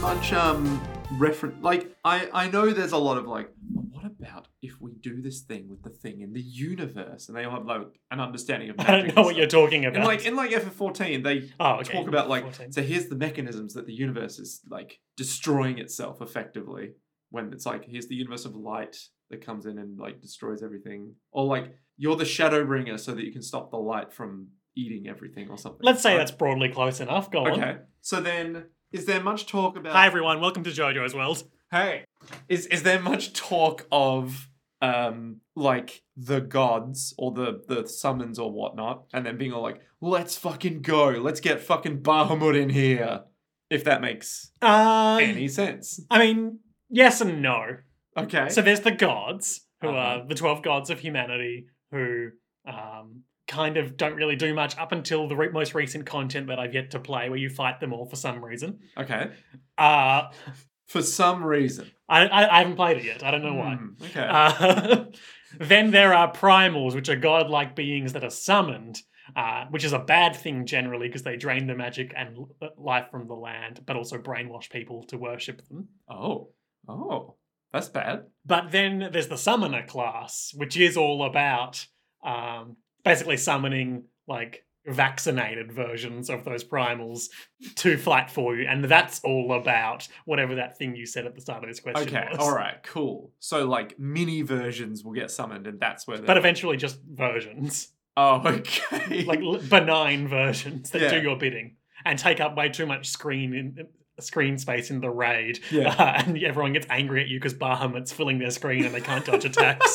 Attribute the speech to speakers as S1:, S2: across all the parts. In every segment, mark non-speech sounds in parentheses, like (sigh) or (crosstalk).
S1: much um reference. Like I I know there's a lot of like. "But What about if we do this thing with the thing in the universe? And they all have like an understanding of.
S2: (laughs) I
S1: magic
S2: don't
S1: and
S2: know what
S1: stuff.
S2: you're talking
S1: In
S2: about.
S1: like in like FF14, they
S2: (laughs) oh, okay.
S1: talk about like
S2: 14.
S1: so here's the mechanisms that the universe is like destroying itself effectively when it's like here's the universe of light that comes in and like destroys everything or like you're the shadow bringer so that you can stop the light from eating everything or something
S2: Let's say
S1: right?
S2: that's broadly close enough. Go on.
S1: okay so then is there much talk about
S2: Hi everyone, welcome to JoJo's World.
S1: hey is is there much talk of um like the gods or the the summons or whatnot and then being all like let's fucking go let's get fucking bahamut in here if that makes
S2: Uh,
S1: any sense
S2: I mean, yes and no.
S1: okay
S2: So there's the gods, who
S1: Uh-huh.
S2: are the 12 gods of humanity, who um, kind of don't really do much up until the re- most recent content that I've yet to play, where you fight them all for some reason.
S1: okay
S2: Uh,
S1: for some reason
S2: I, I, I haven't played it yet, I don't know why.
S1: Hmm, okay
S2: Uh, (laughs) then there are primals, which are godlike beings that are summoned, uh, which is a bad thing generally because they drain the magic and l- uh, life from the land, but also brainwash people to worship them.
S1: oh oh that's bad
S2: But then there's the summoner class, which is all about um, basically summoning like vaccinated versions of those primals to fight for you, and that's all about whatever that thing you said at the start of this question
S1: okay
S2: was.
S1: all right cool so like mini versions will get summoned and that's where
S2: But
S1: they're-
S2: eventually, just versions.
S1: oh (laughs) okay
S2: like l- benign versions that do
S1: Yeah.
S2: your bidding and take up way too much screen in uh, screen space in the raid
S1: yeah
S2: Uh, (laughs) and everyone gets angry at you because bahamut's filling their screen and they can't dodge
S1: (laughs)
S2: attacks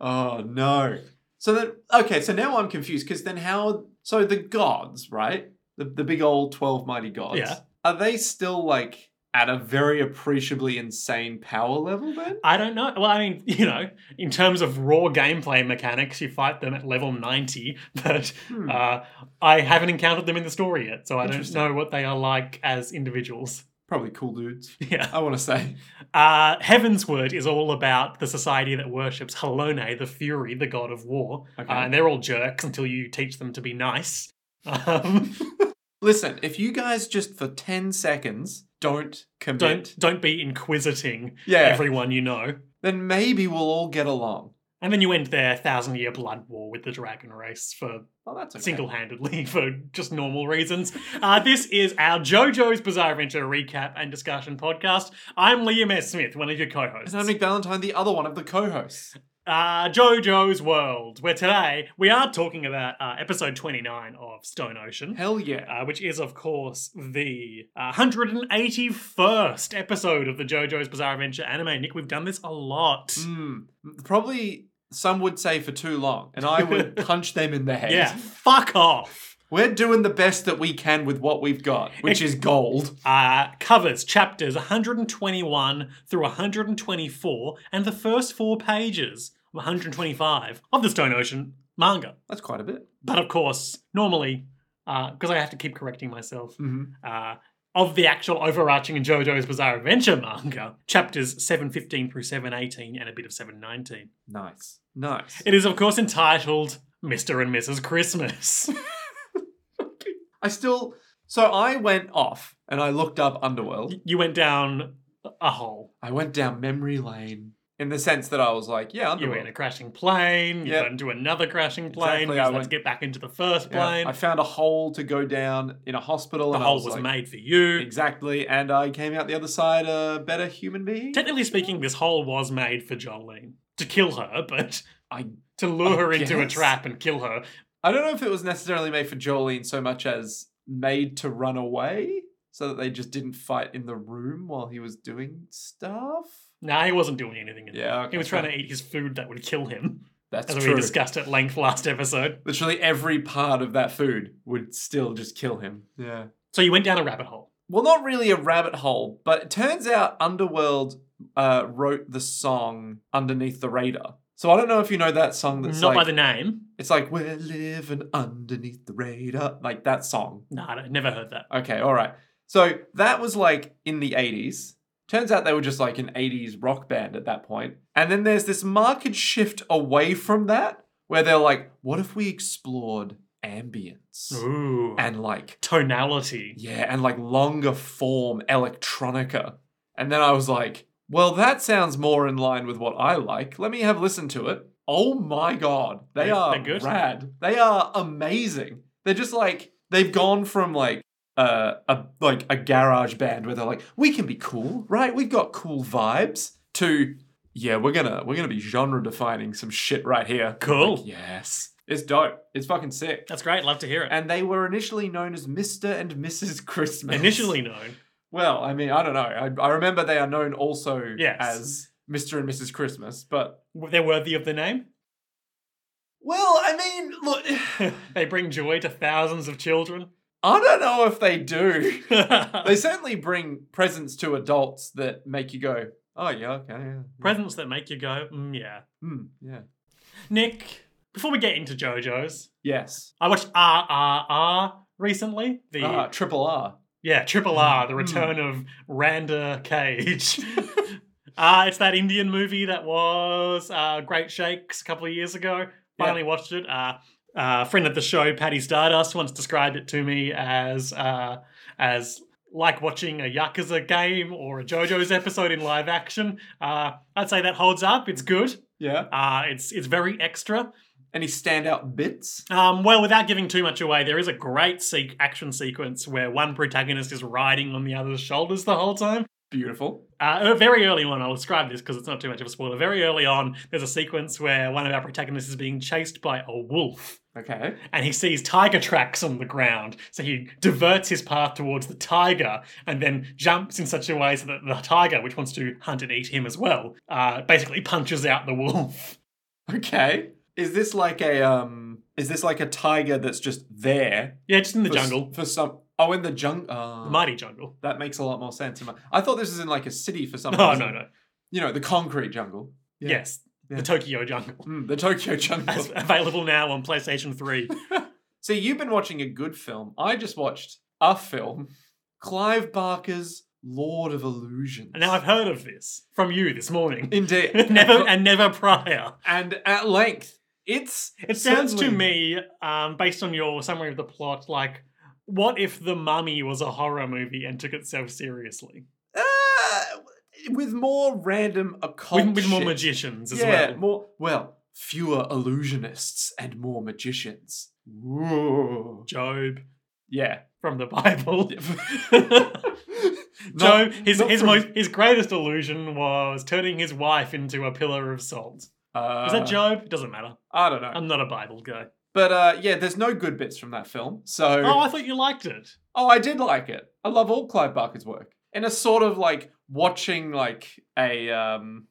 S1: Oh no. So then okay, so now I'm confused because then how so the gods, right? The the big old 12 mighty gods.
S2: Yeah.
S1: Are they still like at a very appreciably insane power level then?
S2: i don't know well i mean you know in terms of raw gameplay mechanics you fight them at level 90 (laughs) but
S1: Hmm.
S2: uh, i haven't encountered them in the story yet so i don't
S1: Interesting.
S2: know what they are like as individuals (laughs)
S1: Probably cool dudes.
S2: yeah
S1: I want to say.
S2: uh, heaven's word is all about the society that worships helone the fury the god of war
S1: Okay.
S2: Uh, and they're all jerks until you teach them to be nice. (laughs) Um,
S1: Listen, if you guys just for 10 seconds don't commit,
S2: don't don't be inquisiting
S1: yeah,
S2: everyone you know.
S1: then maybe we'll all get along.
S2: And then you end their thousand year blood war with the dragon race for
S1: Well, Oh, that's okay.
S2: single handedly (laughs) for just normal reasons. Uh, this is our JoJo's Bizarre Adventure recap and discussion podcast. I'm Liam S. Smith, one of your co hosts.
S1: And I'm Nick Valentine, the other one of the co-hosts.
S2: uh, JoJo's World, where today we are talking about uh, episode 29 of Stone Ocean.
S1: Hell yeah.
S2: uh, which is, of course, the uh, 181st episode of the JoJo's Bizarre Adventure anime. Nick, we've done this a lot.
S1: Mm. Probably some would say for too long, and I
S2: (laughs)
S1: would punch them in the head.
S2: Yeah, fuck off.
S1: We're doing the best that we can with what we've got, which is gold.
S2: Uh, covers chapters 121 through 124 and the first four pages of 125 of the Stone Ocean manga.
S1: That's quite a bit.
S2: But of course, normally, because I have to keep correcting myself,
S1: Mhm.
S2: uh, of the actual overarching JoJo's Bizarre Adventure manga, chapters 715 through 718 and a bit of 719.
S1: Nice. Nice.
S2: It is, of course, entitled Mr. and Mrs. Christmas. (laughs)
S1: I still. So I went off and I looked up Underworld.
S2: you went down a hole.
S1: I went down memory lane in the sense that I was like, yeah,
S2: You were in
S1: Underworld.
S2: a crashing plane, you
S1: Yep.
S2: got into another crashing plane,
S1: Exactly,
S2: because
S1: I
S2: let's
S1: went-
S2: get back into the first
S1: Yeah.
S2: plane.
S1: I found a hole to go down in a hospital.
S2: the
S1: and I
S2: hole
S1: was,
S2: was
S1: like,
S2: made for you.
S1: Exactly. And I came out the other side a better human being.
S2: Technically speaking, this hole was made for Jolene to kill her, but
S1: I
S2: to lure
S1: I
S2: her into a
S1: guess.
S2: trap and kill her.
S1: I don't know if it was necessarily made for Jolene so much as made to run away so that they just didn't fight in the room while he was doing stuff.
S2: Nah, he wasn't doing anything. In
S1: Yeah,
S2: He
S1: okay,
S2: was trying
S1: fair.
S2: to eat his food that would kill him,
S1: That's
S2: as
S1: true.
S2: we discussed at length last episode.
S1: Literally every part of that food would still just kill him. Yeah.
S2: So you went down a rabbit hole.
S1: Well, not really a rabbit hole, but it turns out Underworld uh, wrote the song Underneath the Radar. So I don't know if you know that song that's
S2: Not
S1: like
S2: by the name.
S1: it's like we're living underneath the radar, like that song.
S2: Nah, I'd never heard that.
S1: Okay, all right. So that was like in the 80s. Turns out they were just like an 80s rock band at that point. And then there's this market shift away from that where they're like, what if we explored ambience
S2: Ooh. And
S1: and like
S2: tonality.
S1: yeah, and like longer form electronica. And then I was like, well, that sounds more in line with what I like. Let me have listened to it. Oh my god, they
S2: They-
S1: are
S2: they're good.
S1: rad. They are amazing. They're just like they've gone from like uh, a like a garage band where they're like, we can be cool, right? We've got cool vibes. To yeah, we're gonna we're gonna be genre defining some shit right here.
S2: Cool.
S1: Like, yes, it's dope. It's fucking sick.
S2: That's great. Love to hear it.
S1: And they were initially known as Mr. and Mrs. Christmas.
S2: Initially known.
S1: Well, I mean, I don't know. I, I remember they are known also
S2: Yes.
S1: as Mr. and Mrs. Christmas, but.
S2: They're worthy of the name. (laughs)
S1: Well, I mean, look. (sighs)
S2: they bring joy to thousands of children. (laughs)
S1: I don't know if they do. They
S2: Presents
S1: certainly bring presents to adults that make you go, oh, yeah, okay, yeah.
S2: that make you go, mm, yeah.
S1: Hmm, yeah.
S2: Nick, before we get into JoJo's,
S1: Yes.
S2: I watched RRR recently. The
S1: Ah, triple R.
S2: yeah, Triple R, the return of Randa Cage. (laughs) uh, it's that Indian movie that was uh, Great Shakes a couple of years ago. Finally watched it. Uh, uh, friend of the show, Patty Stardust, once described it to me as uh, as like watching a Yakuza game or a JoJo's episode in live action. Uh, I'd say that holds up. It's good.
S1: Yeah.
S2: Uh, it's it's very extra.
S1: Any standout bits?
S2: Um, well, without giving too much away, there is a great se- action sequence where one protagonist is riding on the other's shoulders the whole time.
S1: Beautiful.
S2: Uh, er, very early on, I'll describe this because it's not too much of a spoiler. Very early on, there's a sequence where one of our protagonists is being chased by a wolf
S1: Okay. (laughs)
S2: and he sees tiger tracks on the ground. So he diverts his path towards the tiger and then jumps in such a way so that the tiger, which wants to hunt and eat him as well, uh, basically punches out the wolf. (laughs)
S1: Okay. Is this like a um? Is this like a tiger that's just there
S2: Yeah, just in the
S1: for s-
S2: jungle,
S1: for some? Oh, in the jungle. Oh,
S2: the mighty jungle.
S1: that makes a lot more sense. in my- I thought this was in like a city for some
S2: Oh,
S1: reason.
S2: no, no.
S1: You know, the concrete jungle. Yeah.
S2: Yes,
S1: Yeah.
S2: the Tokyo Jungle.
S1: Mm, the
S2: (laughs)
S1: Tokyo jungle.
S2: That's available now on PlayStation 3.
S1: See, you've been watching a good film. I just watched a film, Clive Barker's Lord of Illusions.
S2: And now I've heard of this from you this morning.
S1: (laughs) indeed
S2: (laughs) never and never prior.
S1: (laughs) and at length. It's
S2: It sounds to
S1: certainly-
S2: me, um, based on your summary of the plot, like what if the mummy was a horror movie and took itself seriously?
S1: Ah, with more random occult
S2: With, with more
S1: shit.
S2: magicians as
S1: yeah,
S2: well.
S1: more well, fewer illusionists and more magicians. Whoa.
S2: Job
S1: Yeah.
S2: from
S1: (laughs)
S2: the Bible.
S1: Not-
S2: (laughs) Job, his
S1: not
S2: his
S1: from-
S2: most his greatest illusion was turning his wife into a pillar of salt.
S1: Uh,
S2: Is that Um, Job? It doesn't matter.
S1: I don't know.
S2: I'm not a Bible guy.
S1: but uh, yeah, there's no good bits from that film. So
S2: Oh, I thought you liked it.
S1: Oh, I did like it. I love all Clive Barker's work. And it's sort of like watching like a um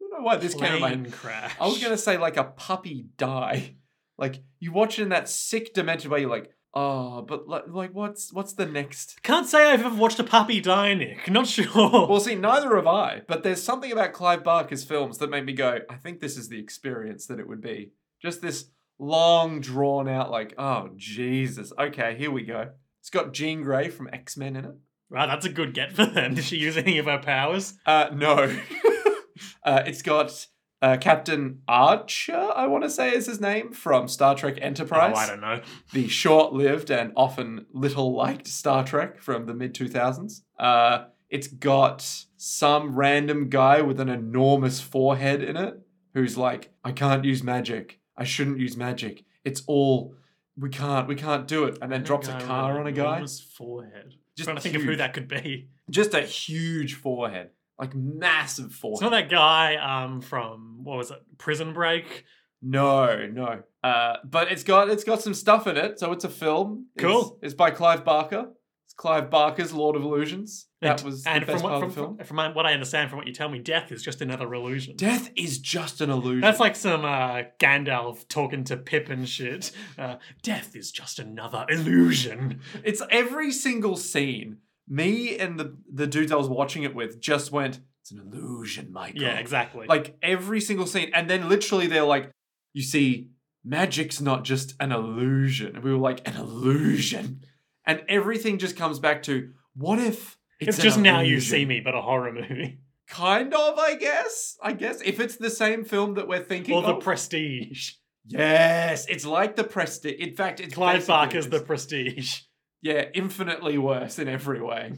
S1: I don't know why this came to my
S2: Plane crash.
S1: I was gonna say like a puppy die. Like you watch it in that sick demented way, you're like, oh, but li- like what's what's the next
S2: Can't say I've ever watched a puppy die, Nick. Not sure.
S1: Well, see, neither have I. But there's something about Clive Barker's films that made me go, I think this is the experience that it would be. Just this long, drawn out, like, oh, Jesus. Okay, here we go. It's got Jean Grey from X Men in it.
S2: (laughs) right, that's a good get for them. Did she use any of
S1: (laughs)
S2: her powers?
S1: Uh, no. uh, it's got uh, Captain Archer, I want to say is his name, from Star Trek Enterprise.
S2: Oh, I don't know.
S1: the short lived and often little liked Star Trek from the mid 2000s. Uh, it's got some random guy with an enormous forehead in it who's like, I can't use magic. I shouldn't use magic. It's all. We can't, we can't do it. And then drops a
S2: That guy
S1: car
S2: with
S1: on a
S2: an
S1: guy.
S2: enormous forehead.
S1: Just
S2: trying to think of who
S1: huge.
S2: that could be.
S1: Just a huge forehead. Like massive forehead.
S2: It's not that guy um, from what was it? Prison Break.
S1: No, no. Uh, but it's got it's got some stuff in it, so it's a film. It's-
S2: Cool.
S1: It's, by Clive Barker. It's Clive Barker's Lord of Illusions. That
S2: And-
S1: was
S2: and
S1: the best
S2: from,
S1: part
S2: what,
S1: of the film.
S2: from, from, from what I understand, from what you tell me, death is just another illusion.
S1: Death is just an illusion.
S2: That's like some uh, Gandalf talking to Pip and shit. Uh, death is just another illusion.
S1: it's every single scene. Me and the the dudes I was watching it with just went. It's an illusion, Michael.
S2: Yeah, exactly.
S1: Like every single scene, and then literally they're like, "You see, magic's not just an illusion." And we were like, "An illusion," and everything just comes back to, "What if
S2: It's,
S1: an
S2: just now you
S1: illusion?"
S2: see me, but a horror movie.
S1: Kind of, I guess. I guess if it's the same film that we're thinking
S2: or the
S1: of.
S2: prestige.
S1: Yes, it's like the Prestige. In fact, it's
S2: Clive
S1: basically
S2: Barker's The
S1: this.
S2: Prestige.
S1: yeah, infinitely worse in every way.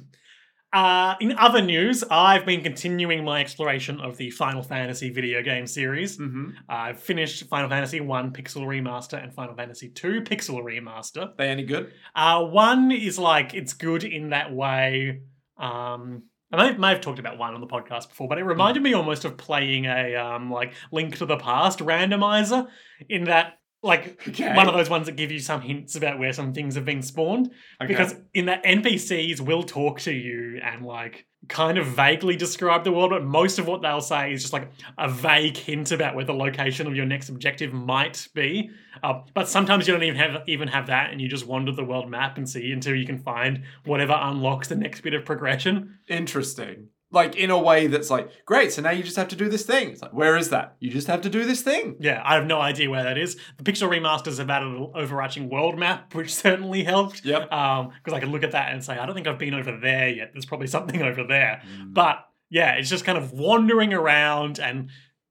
S2: Uh, in other news, I've been continuing my exploration of the Final Fantasy video game series.
S1: Mm-hmm.
S2: I've finished Final Fantasy 1 Pixel Remaster and Final Fantasy 2 Pixel Remaster.
S1: They any good?
S2: Uh, one is like it's good in that way. Um, I may, may have talked about one on the podcast before, but it reminded me almost of playing a um, like Link to the Past randomizer in that like
S1: Okay.
S2: one of those ones that give you some hints about where some things have been spawned.
S1: Okay.
S2: Because in that NPCs will talk to you and like kind of vaguely describe the world, but most of what they'll say is just like a vague hint about where the location of your next objective might be. Uh, but sometimes you don't even have even have that, and you just wander the world map and see until you can find whatever unlocks the next bit of progression.
S1: interesting. Like in a way that's like, great, so now you just have to do this thing. It's like, where is that? You just have to do this thing.
S2: Yeah, I have no idea where that is. The Pixel remasters have added an overarching world map, which certainly helped.
S1: Yep.
S2: Because Um, I could look at that and say, I don't think I've been over there yet. There's probably something over there. But yeah, it's just kind of wandering around and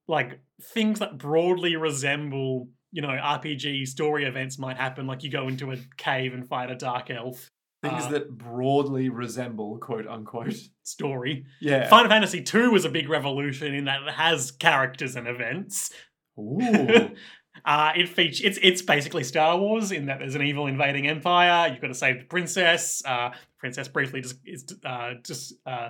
S2: like things that broadly resemble, you know, RPG story events might happen. Like you go into a cave and fight a dark elf
S1: Things
S2: uh,
S1: that broadly resemble quote unquote. (laughs)
S2: story.
S1: Yeah.
S2: Final Fantasy II was a big revolution in that it has characters and events.
S1: Ooh.
S2: Uh, it features it's it's basically Star Wars in that there's an evil invading empire. You've got to save the princess. Uh, the princess briefly just is uh, just uh,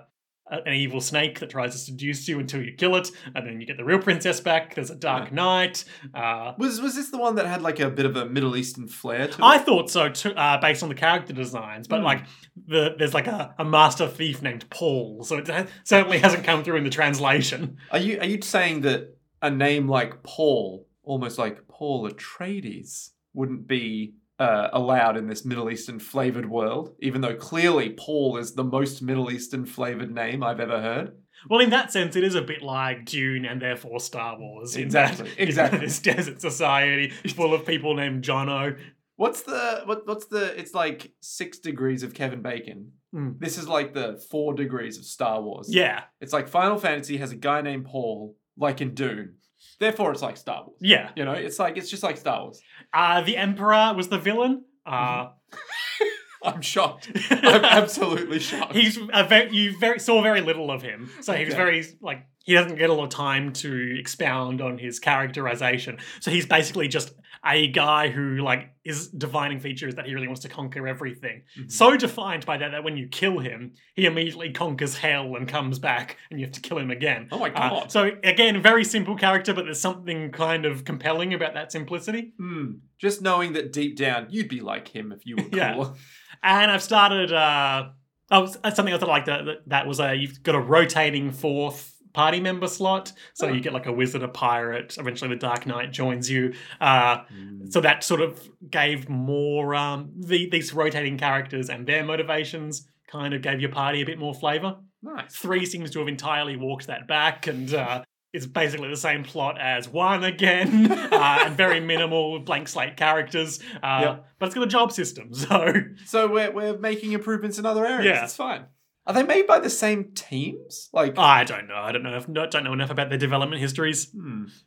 S2: a- an evil snake that tries to seduce you until you kill it, and then you get the real princess back. There's a dark
S1: Yeah.
S2: knight. Uh,
S1: was was this the one that had like a bit of a Middle Eastern flair to it?
S2: I thought so too, uh, based on the character designs, but
S1: Hmm.
S2: like the, there's like a, a master thief named Paul, so it ha- certainly hasn't come through in the translation.
S1: Are you are you saying that a name like Paul, almost like Paul Atreides, wouldn't be uh, allowed in this Middle Eastern flavored world? Even though clearly Paul is the most Middle Eastern flavored name I've ever heard.
S2: Well, in that sense, it is a bit like Dune and therefore Star Wars. (laughs) in
S1: Exactly,
S2: that, you know,
S1: exactly.
S2: This desert society full of people named Jono.
S1: What's the what? What's the? It's like six degrees of Kevin Bacon.
S2: Mm.
S1: This is like the four degrees of Star Wars.
S2: Yeah,
S1: it's like Final Fantasy has a guy named Paul, like in Dune. Therefore, it's like Star Wars.
S2: yeah.
S1: You know, it's like it's just like Star
S2: (laughs)
S1: Wars.
S2: Uh, the Emperor was the villain. Uh,
S1: I'm
S2: (laughs)
S1: shocked. Mm-hmm. I'm absolutely shocked.
S2: he's a very, you very saw very little of him, so he was
S1: Okay.
S2: very like he doesn't get a lot of time to expound on his characterization. So he's basically just a guy who like his defining feature is that he really wants to conquer everything.
S1: Mhm.
S2: So defined by that that when you kill him, he immediately conquers hell and comes back, and you have to kill him again.
S1: oh my
S2: Uh,
S1: god.
S2: so again, very simple character, but there's something kind of compelling about that simplicity.
S1: Hmm. Just knowing that deep down you'd be like him if you were cool.
S2: Yeah. (laughs) And I've started. Uh, oh, s- uh, something else that I liked that, that- that was a you've got a rotating fourth party member slot, so
S1: Oh.
S2: you get like a wizard, a pirate. Eventually, the Dark Knight joins you. Uh,
S1: Hmm.
S2: so that sort of gave more um, the, these rotating characters and their motivations. Kind of gave your party a bit more flavour.
S1: Nice.
S2: Three seems to have entirely walked that back, and uh, it's basically the same plot as one again, (laughs) uh, and very minimal blank slate characters. Uh,
S1: Yep.
S2: But it's got a job system, (laughs) so
S1: So we're, we're making improvements in other areas.
S2: Yeah.
S1: It's fine. Are they made by the same teams? Like,
S2: I don't know. I don't know. If, no, don't know enough about their development histories.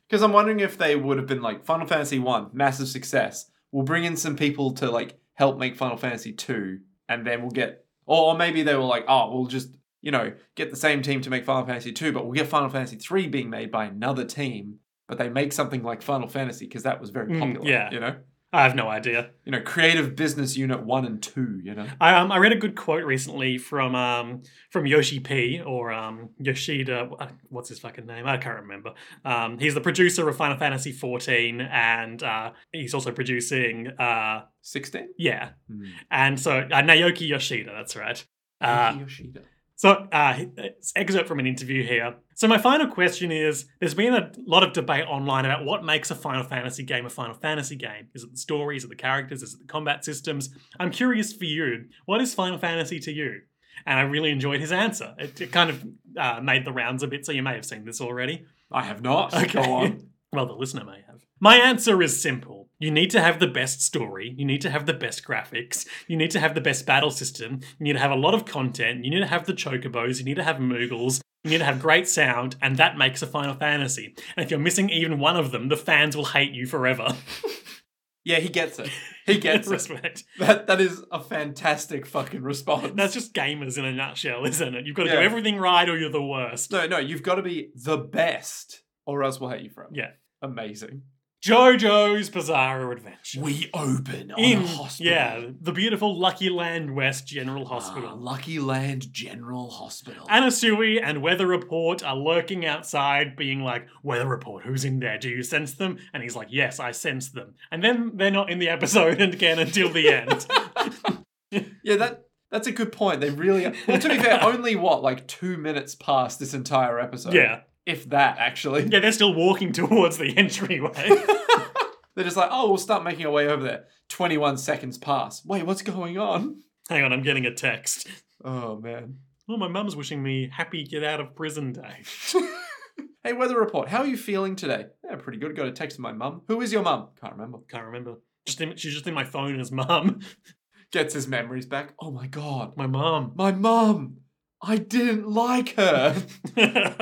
S1: because I'm wondering if they would have been like Final Fantasy One, massive success. We'll bring in some people to like help make Final Fantasy Two, and then we'll get, or, or maybe they were like, oh, we'll just you know get the same team to make Final Fantasy Two, but we'll get Final Fantasy Three being made by another team, but they make something like Final Fantasy because that was very
S2: Mm,
S1: popular.
S2: yeah.
S1: you know.
S2: I have no idea.
S1: you know, creative business unit one and two, you know.
S2: I, um, I read a good quote recently from um, from Yoshi P or um, Yoshida. uh, What's his fucking name? I can't remember. Um, he's the producer of Final Fantasy XIV, and uh, he's also producing. Uh,
S1: 16?
S2: yeah,
S1: Hmm.
S2: And so uh, Naoki Yoshida, that's right. Uh,
S1: Yuki Yoshida.
S2: so uh, it's an excerpt from an interview here. So my final question is: There's been a lot of debate online about what makes a Final Fantasy game a Final Fantasy game. Is it the story? Is it the characters? Is it the combat systems? I'm curious for you. What is Final Fantasy to you? And I really enjoyed his answer. It, it kind of uh, made the rounds a bit, so you may have seen this already.
S1: I have not.
S2: (laughs) Okay.
S1: Go on.
S2: Well, the listener may have. My answer is simple. You need to have the best story. You need to have the best graphics. You need to have the best battle system. You need to have a lot of content. You need to have the chocobos. You need to have moogles. You need to have great sound, and that makes a Final Fantasy. And if you're missing even one of them, the fans will hate
S1: (laughs)
S2: you forever.
S1: Yeah, he gets it. He gets it.
S2: (laughs) Respect.
S1: That that is a fantastic fucking response.
S2: That's just gamers in a nutshell, isn't it? You've got to
S1: Yeah.
S2: do everything right or you're the worst.
S1: no, no. You've got to be the best, or else we'll hate you forever.
S2: Yeah.
S1: amazing.
S2: JoJo's Bizarro Adventure.
S1: We open on
S2: in
S1: a hospital.
S2: yeah, the beautiful Lucky Land West General
S1: Ah,
S2: Hospital.
S1: Lucky Land General Hospital.
S2: Anasui and Weather Report are lurking outside, being like, "Weather Report, who's in there? Do you sense them?" And he's like, "Yes, I sense them." And then they're not in the episode (laughs) and again until the end.
S1: yeah, that that's a good point. They really. Are. Well, to be
S2: (laughs)
S1: fair, only what like two minutes past this entire episode.
S2: yeah,
S1: if that actually.
S2: yeah, they're still walking (laughs) towards the entryway. (laughs)
S1: They're just like, oh, we'll start making our way over there. Twenty-one seconds pass. Wait, what's going on?
S2: Hang on, I'm getting a text.
S1: Oh man.
S2: Well, my mum's wishing me happy get out of prison day.
S1: (laughs) Hey, weather report. How are you feeling today? Yeah, pretty good. Got a text from my mum. Who is your mum? Can't remember.
S2: Can't remember. Just in, she's just in my phone as mum. (laughs)
S1: Gets his memories back. Oh my god,
S2: My mum. (laughs)
S1: my mum. I didn't like her. (laughs)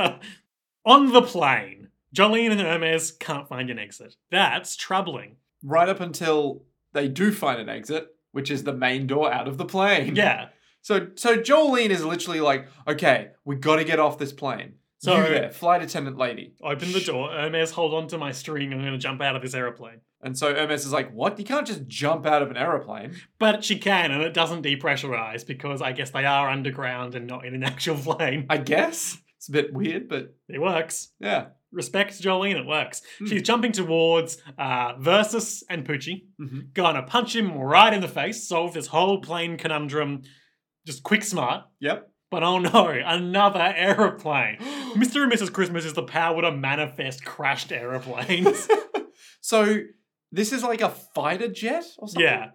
S2: On the plane, Jolene and Hermes can't find an exit. That's troubling.
S1: right up until they do find an exit, which is the main door out of the plane.
S2: Yeah.
S1: So so Jolene is literally like, okay, we got to get off this plane. So
S2: So-
S1: you there, flight attendant lady.
S2: Open the door. Hermes, hold on to my string. I'm going to jump out of this aeroplane.
S1: And so Hermes is like, what? You can't just jump out of an aeroplane.
S2: But she can, and it doesn't depressurize because I guess they are underground and not in an (laughs) actual plane.
S1: I guess it's a bit weird, but
S2: It works.
S1: yeah.
S2: Respect Jolene, it works.
S1: Hmm.
S2: She's jumping towards uh, Versus and Poochie.
S1: Mhm.
S2: Gonna punch him right in the face, solve this whole plane conundrum. Just quick smart.
S1: Yep.
S2: But oh no, (laughs) another aeroplane. Mr. and Mrs. Christmas is the power to manifest crashed aeroplanes.
S1: so this is like a fighter jet or something.
S2: yeah.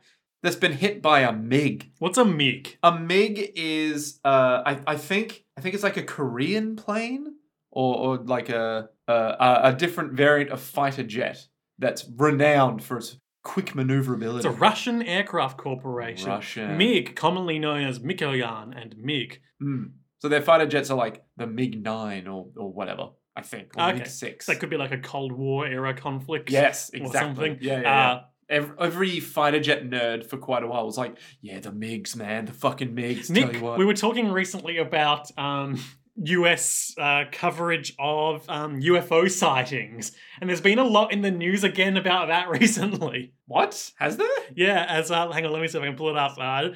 S1: That's been hit by a MiG.
S2: What's a MiG?
S1: A MiG is uh I, I think I think it's like a Korean plane or, or like a, a- a a different variant of fighter jet that's renowned for its quick maneuverability.
S2: It's a Russian aircraft corporation.
S1: Russian.
S2: MiG, commonly known as Mikoyan and MiG.
S1: Mm. So their fighter jets are like the MiG nine or or whatever, I think. Or
S2: Ah, Okay.
S1: MiG six.
S2: So that could be like a Cold War era conflict.
S1: yes,
S2: or
S1: exactly.
S2: something.
S1: Yeah, yeah, yeah.
S2: Uh,
S1: Every, every fighter jet nerd for quite a while was like, "Yeah, the Migs, man, the fucking Migs." tell
S2: Nick,
S1: you what,
S2: we were talking recently about um, US uh, coverage of um, UFO sightings, and there's been a lot in the news again about that (laughs) recently.
S1: what has there?
S2: Yeah, as uh, hang on, let me see if I can pull it up. Uh,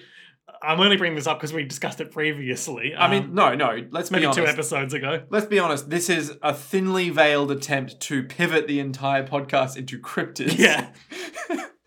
S2: I'm only bringing this up because we discussed it previously.
S1: I
S2: um,
S1: mean, no, no. Let's be
S2: maybe
S1: honest.
S2: two episodes
S1: (laughs)
S2: ago.
S1: Let's be honest. This is a thinly veiled attempt to pivot the entire podcast into cryptids.
S2: Yeah,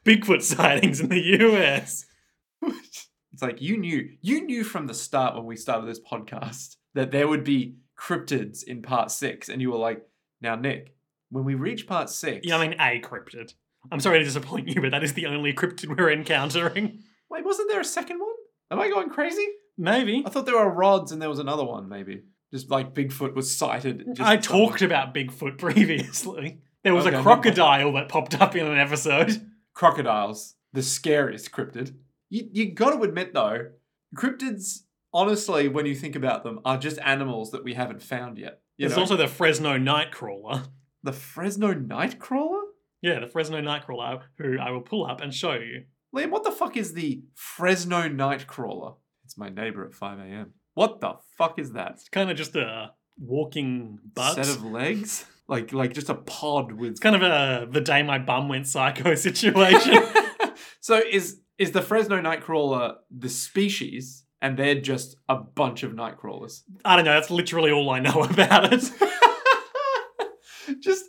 S2: Bigfoot (laughs) sightings in the US.
S1: (laughs) it's like you knew, you knew from the start when we started this podcast that there would be cryptids in part six, and you were like, "Now, Nick, when we reach part six,
S2: Yeah, I mean, a cryptid. I'm sorry to disappoint you, but that is the only cryptid we're encountering.
S1: wait, wasn't there a second one? Am I going crazy?
S2: Maybe.
S1: I thought there were rods and there was another one, maybe. Just like Bigfoot was sighted. Just
S2: I talked about Bigfoot previously. There was
S1: Okay,
S2: a
S1: never mind.
S2: crocodile that popped up in an episode.
S1: crocodiles, the scariest cryptid. You, you gotta admit though, cryptids, honestly, when you think about them, are just animals that we haven't found yet. You
S2: There's
S1: know?
S2: also the Fresno Nightcrawler.
S1: the Fresno Nightcrawler?
S2: Yeah, the Fresno Nightcrawler, who I will pull up and show you.
S1: Liam, what the fuck is the Fresno Nightcrawler? It's my neighbor at 5 a.m. What the fuck is that?
S2: It's kind of just a walking butt.
S1: Set of legs? Like like just a pod with
S2: It's kind of a the day my bum went psycho
S1: (laughs)
S2: (laughs) situation.
S1: so is is the Fresno Nightcrawler the species, and they're just a bunch of Nightcrawlers?
S2: I don't know. That's literally all I know about it.
S1: (laughs) just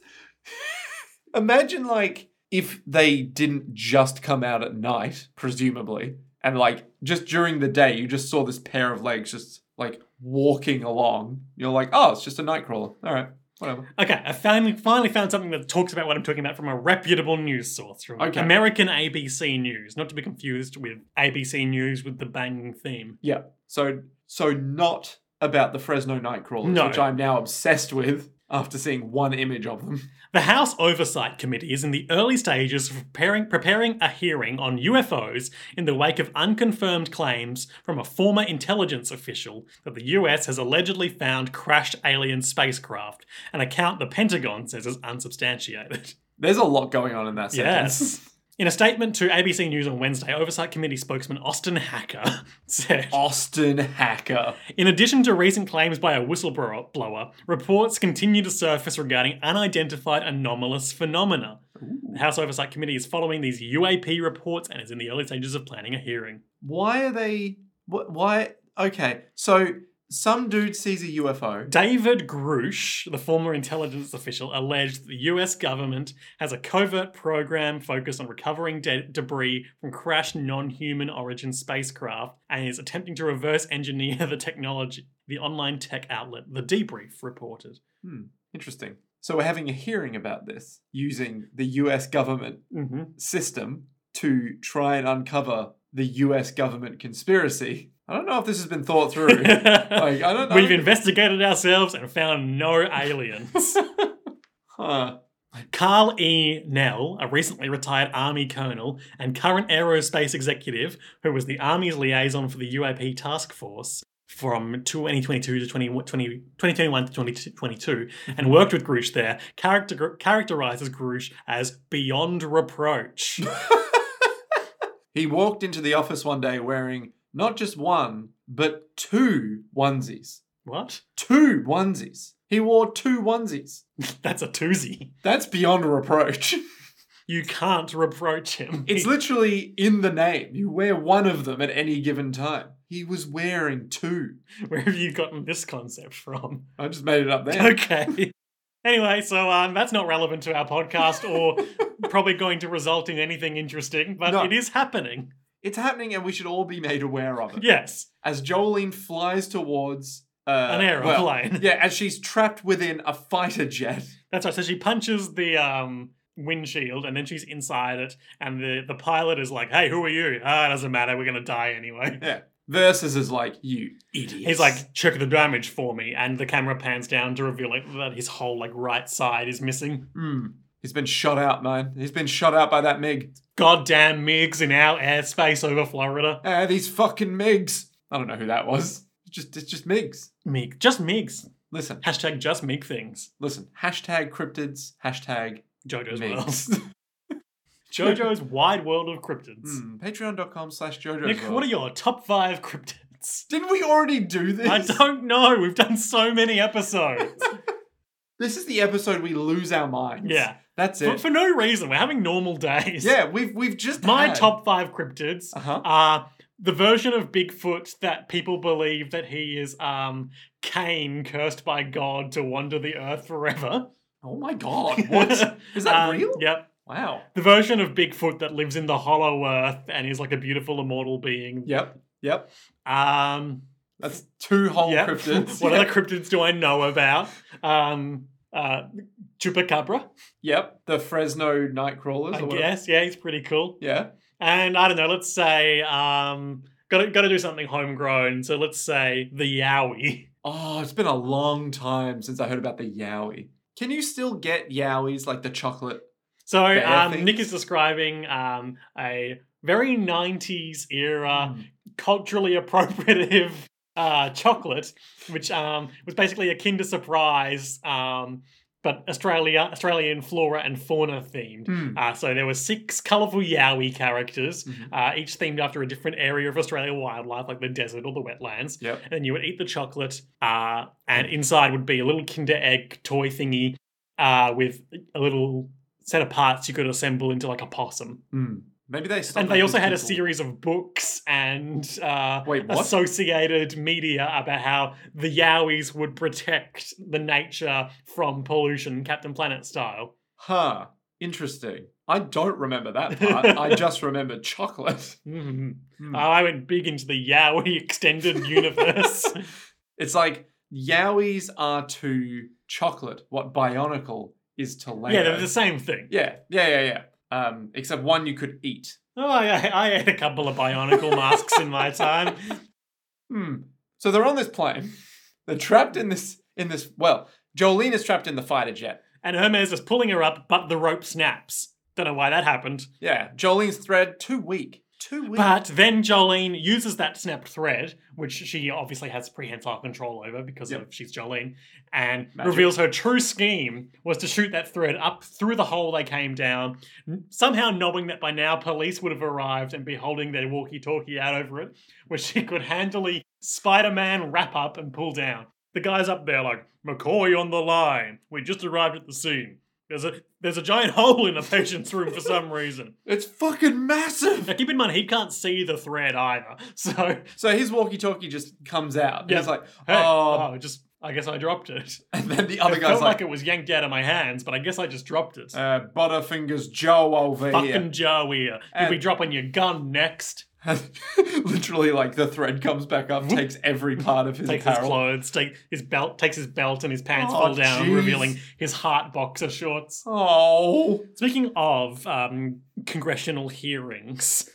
S1: imagine like if they didn't just come out at night, presumably, and like just during the day, you just saw this pair of legs just like walking along. You're like, oh, it's just a Nightcrawler. All right, whatever.
S2: Okay, I found, finally found something that talks about what I'm talking about from a reputable news source from
S1: Okay.
S2: American ABC News, not to be confused with ABC News with the banging theme.
S1: Yeah. So so not about the Fresno Nightcrawlers,
S2: No.
S1: which I'm now obsessed with. after seeing one image of them.
S2: The House Oversight Committee is in the early stages of preparing, preparing a hearing on UFOs in the wake of unconfirmed claims from a former intelligence official that the US has allegedly found crashed alien spacecraft, an account the Pentagon says is unsubstantiated.
S1: There's a lot going on in that sentence. (laughs)
S2: Yes. In a statement to ABC News on Wednesday, Oversight Committee spokesman Austin Hacker (laughs) said.
S1: Austin Hacker.
S2: In addition to recent claims by a whistleblower, blower, reports continue to surface regarding unidentified anomalous phenomena. The House Oversight Committee is following these UAP reports and is in the early stages of planning a hearing.
S1: Why are they? wh- Why? Okay, so some dude sees a UFO.
S2: David Grush, the former intelligence official, alleged that the US government has a covert program focused on recovering de- debris from crashed non human origin spacecraft and is attempting to reverse engineer the technology, the online tech outlet The Debrief reported.
S1: Interesting. So we're having a hearing about this using the U.S. government
S2: (laughs) Mm-hmm.
S1: system to try and uncover the U.S. government conspiracy. I don't know if this has been thought
S2: (laughs)
S1: through. like I don't know.
S2: We've investigated ourselves and found no aliens.
S1: Huh.
S2: Carl E. Nell, a recently retired Army colonel and current aerospace executive who was the Army's liaison for the UAP task force from 2022 to 20, 20 2021 to 2022 and worked with Grush there, character, characterizes Grush as beyond reproach.
S1: He walked into the office one day wearing not just one, but two onesies.
S2: what?
S1: Two onesies. He wore two onesies.
S2: That's a toozy.
S1: That's beyond reproach. (laughs)
S2: You can't reproach him.
S1: It's literally in the name. You wear one of them at any given time. He was wearing two.
S2: (laughs) Where have you gotten this concept from?
S1: I just made it up there.
S2: (laughs) Okay. Anyway, so um, that's not relevant to our
S1: (laughs)
S2: podcast or probably going to result in anything interesting, but
S1: No.
S2: it is happening.
S1: It's happening and we should all be made aware of it.
S2: Yes,
S1: As Jolene flies towards uh,
S2: an
S1: well,
S2: aeroplane.
S1: (laughs) yeah, as she's trapped within a fighter jet.
S2: That's right. So she punches the um, windshield and then she's inside it, and the, the pilot is like, hey, who are you? Ah, it doesn't matter. We're going to die anyway.
S1: Yeah. Versus is like, you idiot.
S2: He's like, check the damage for me, and the camera pans down to reveal like, that his whole like right side is missing.
S1: Hmm. He's been shot out, man. He's been shot out by that MiG.
S2: Goddamn MiGs in our airspace over Florida.
S1: Ah, these fucking MiGs. I don't know who that was. It's just it's just MiGs.
S2: MiG, just MiGs.
S1: Listen,
S2: Hashtag just MiG things.
S1: listen. Hashtag cryptids. Hashtag (laughs)
S2: JoJo's World. (laughs)
S1: MiGs.
S2: JoJo's Wide World of Cryptids.
S1: Hmm, Patreon.com slash JoJo's
S2: Nick,
S1: World.
S2: what are your top five cryptids?
S1: (laughs) Didn't we already do this?
S2: I don't know. We've done so
S1: (laughs)
S2: many episodes.
S1: This is the episode we lose our minds.
S2: yeah.
S1: That's
S2: For,
S1: it.
S2: for no reason. We're having normal days.
S1: Yeah, we've we've just
S2: My
S1: had-
S2: top five cryptids
S1: Uh-huh.
S2: are the version of Bigfoot that people believe that he is um Cain cursed by God to wander the earth forever.
S1: Oh my
S2: (laughs)
S1: god. What? Is that
S2: Um,
S1: real?
S2: Yep.
S1: Wow.
S2: The version of Bigfoot that lives in the hollow earth and is like a beautiful immortal being.
S1: Yep. Yep.
S2: Um
S1: That's two whole
S2: Yep.
S1: cryptids.
S2: (laughs) what
S1: yep.
S2: other cryptids do I know about? Um, uh, Chupacabra,
S1: Yep. The Fresno Nightcrawlers.
S2: I
S1: or whatever.
S2: guess. Yeah, he's pretty cool.
S1: Yeah.
S2: And I don't know. Let's say um, got to got to do something homegrown. So let's say the Yowie.
S1: Oh, it's been a long time since I heard about the Yowie. Can you still get Yowies like the chocolate?
S2: So
S1: Fair
S2: um,
S1: things.
S2: Nick is describing um, a very '90s era
S1: Mm.
S2: culturally appropriative uh, chocolate, which um, was basically a Kinder Surprise, um, but Australia Australian flora and fauna themed.
S1: Mm.
S2: Uh, so there were six colourful Yowie characters,
S1: Mhm.
S2: uh, each themed after a different area of Australian wildlife, like the desert or the wetlands.
S1: Yep.
S2: And you would eat the chocolate, uh, and inside would be a little Kinder Egg toy thingy uh, with a little set of parts you could assemble into like a possum.
S1: Mm. Maybe they stopped
S2: And they
S1: making
S2: also had a
S1: people-
S2: series of books and uh, (laughs)
S1: Wait, what?
S2: associated media about how the Yowies would protect the nature from pollution, Captain Planet style.
S1: Huh. Interesting. I don't remember that part. I
S2: (laughs)
S1: just remember chocolate.
S2: Mhm.
S1: Hmm.
S2: Oh, I went big into the Yowie (laughs) extended universe.
S1: (laughs) It's like Yowies are to chocolate what Bionicle is to Lego.
S2: yeah, they're the same thing.
S1: yeah, yeah, yeah, yeah. Um, except one you could eat.
S2: Oh, I, I- I had a couple of Bionicle masks in my time.
S1: (laughs) Hmm. So they're on this plane. They're trapped in this in this well, Jolene is trapped in the fighter jet.
S2: And Hermes is pulling her up, but the rope snaps. Don't know why that happened.
S1: Yeah, Jolene's thread too weak. Too weak.
S2: But then Jolene uses that snapped thread, which she obviously has prehensile control over because
S1: Yep.
S2: of she's Jolene, and
S1: Magic.
S2: reveals her true scheme was to shoot that thread up through the hole they came down, n- somehow knowing that by now police would have arrived and be holding their walkie talkie out over it, which she could handily Spider Man wrap up and pull down. The guy's up there like, McCoy on the line. We just arrived at the scene. There's a there's a giant hole in a patient's room for some reason.
S1: it's fucking massive.
S2: Now keep in mind he can't see the thread either. (laughs) So hey,
S1: So his walkie-talkie just comes out. And
S2: Yeah.
S1: He's like, oh.
S2: oh, just I guess I dropped it.
S1: And then the (laughs) other
S2: it
S1: guy's
S2: felt like,
S1: like,
S2: it was yanked out of my hands, but I guess I just dropped it.
S1: uh, Butterfingers Joe over (laughs)
S2: Fucking Joe here. You'll be
S1: And-
S2: dropping your gun next.
S1: here. Literally, like, the thread comes back up, takes every part of his
S2: Takes his
S1: apparel.
S2: clothes, take his belt, takes his belt and his pants
S1: Oh,
S2: fall down,
S1: jeez.
S2: revealing his heart boxer shorts.
S1: Oh.
S2: Speaking of um, congressional hearings,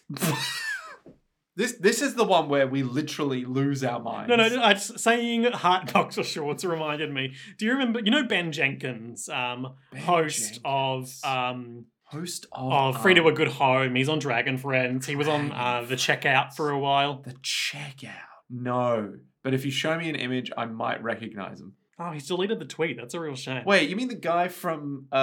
S1: This this is the one where we literally lose our minds.
S2: no, no, I just, saying heart boxer shorts reminded me. Do you remember? You know Ben Jenkins, um,
S1: Ben
S2: host
S1: Jenkins.
S2: of um,
S1: host of
S2: Oh,
S1: um,
S2: Frida were good home. He's on Dragon Friends. He was on uh, the checkout for a while.
S1: the checkout. No, but if you show me an image, I might recognize him.
S2: Oh, he's deleted the tweet. That's a real shame.
S1: Wait, you mean the guy from uh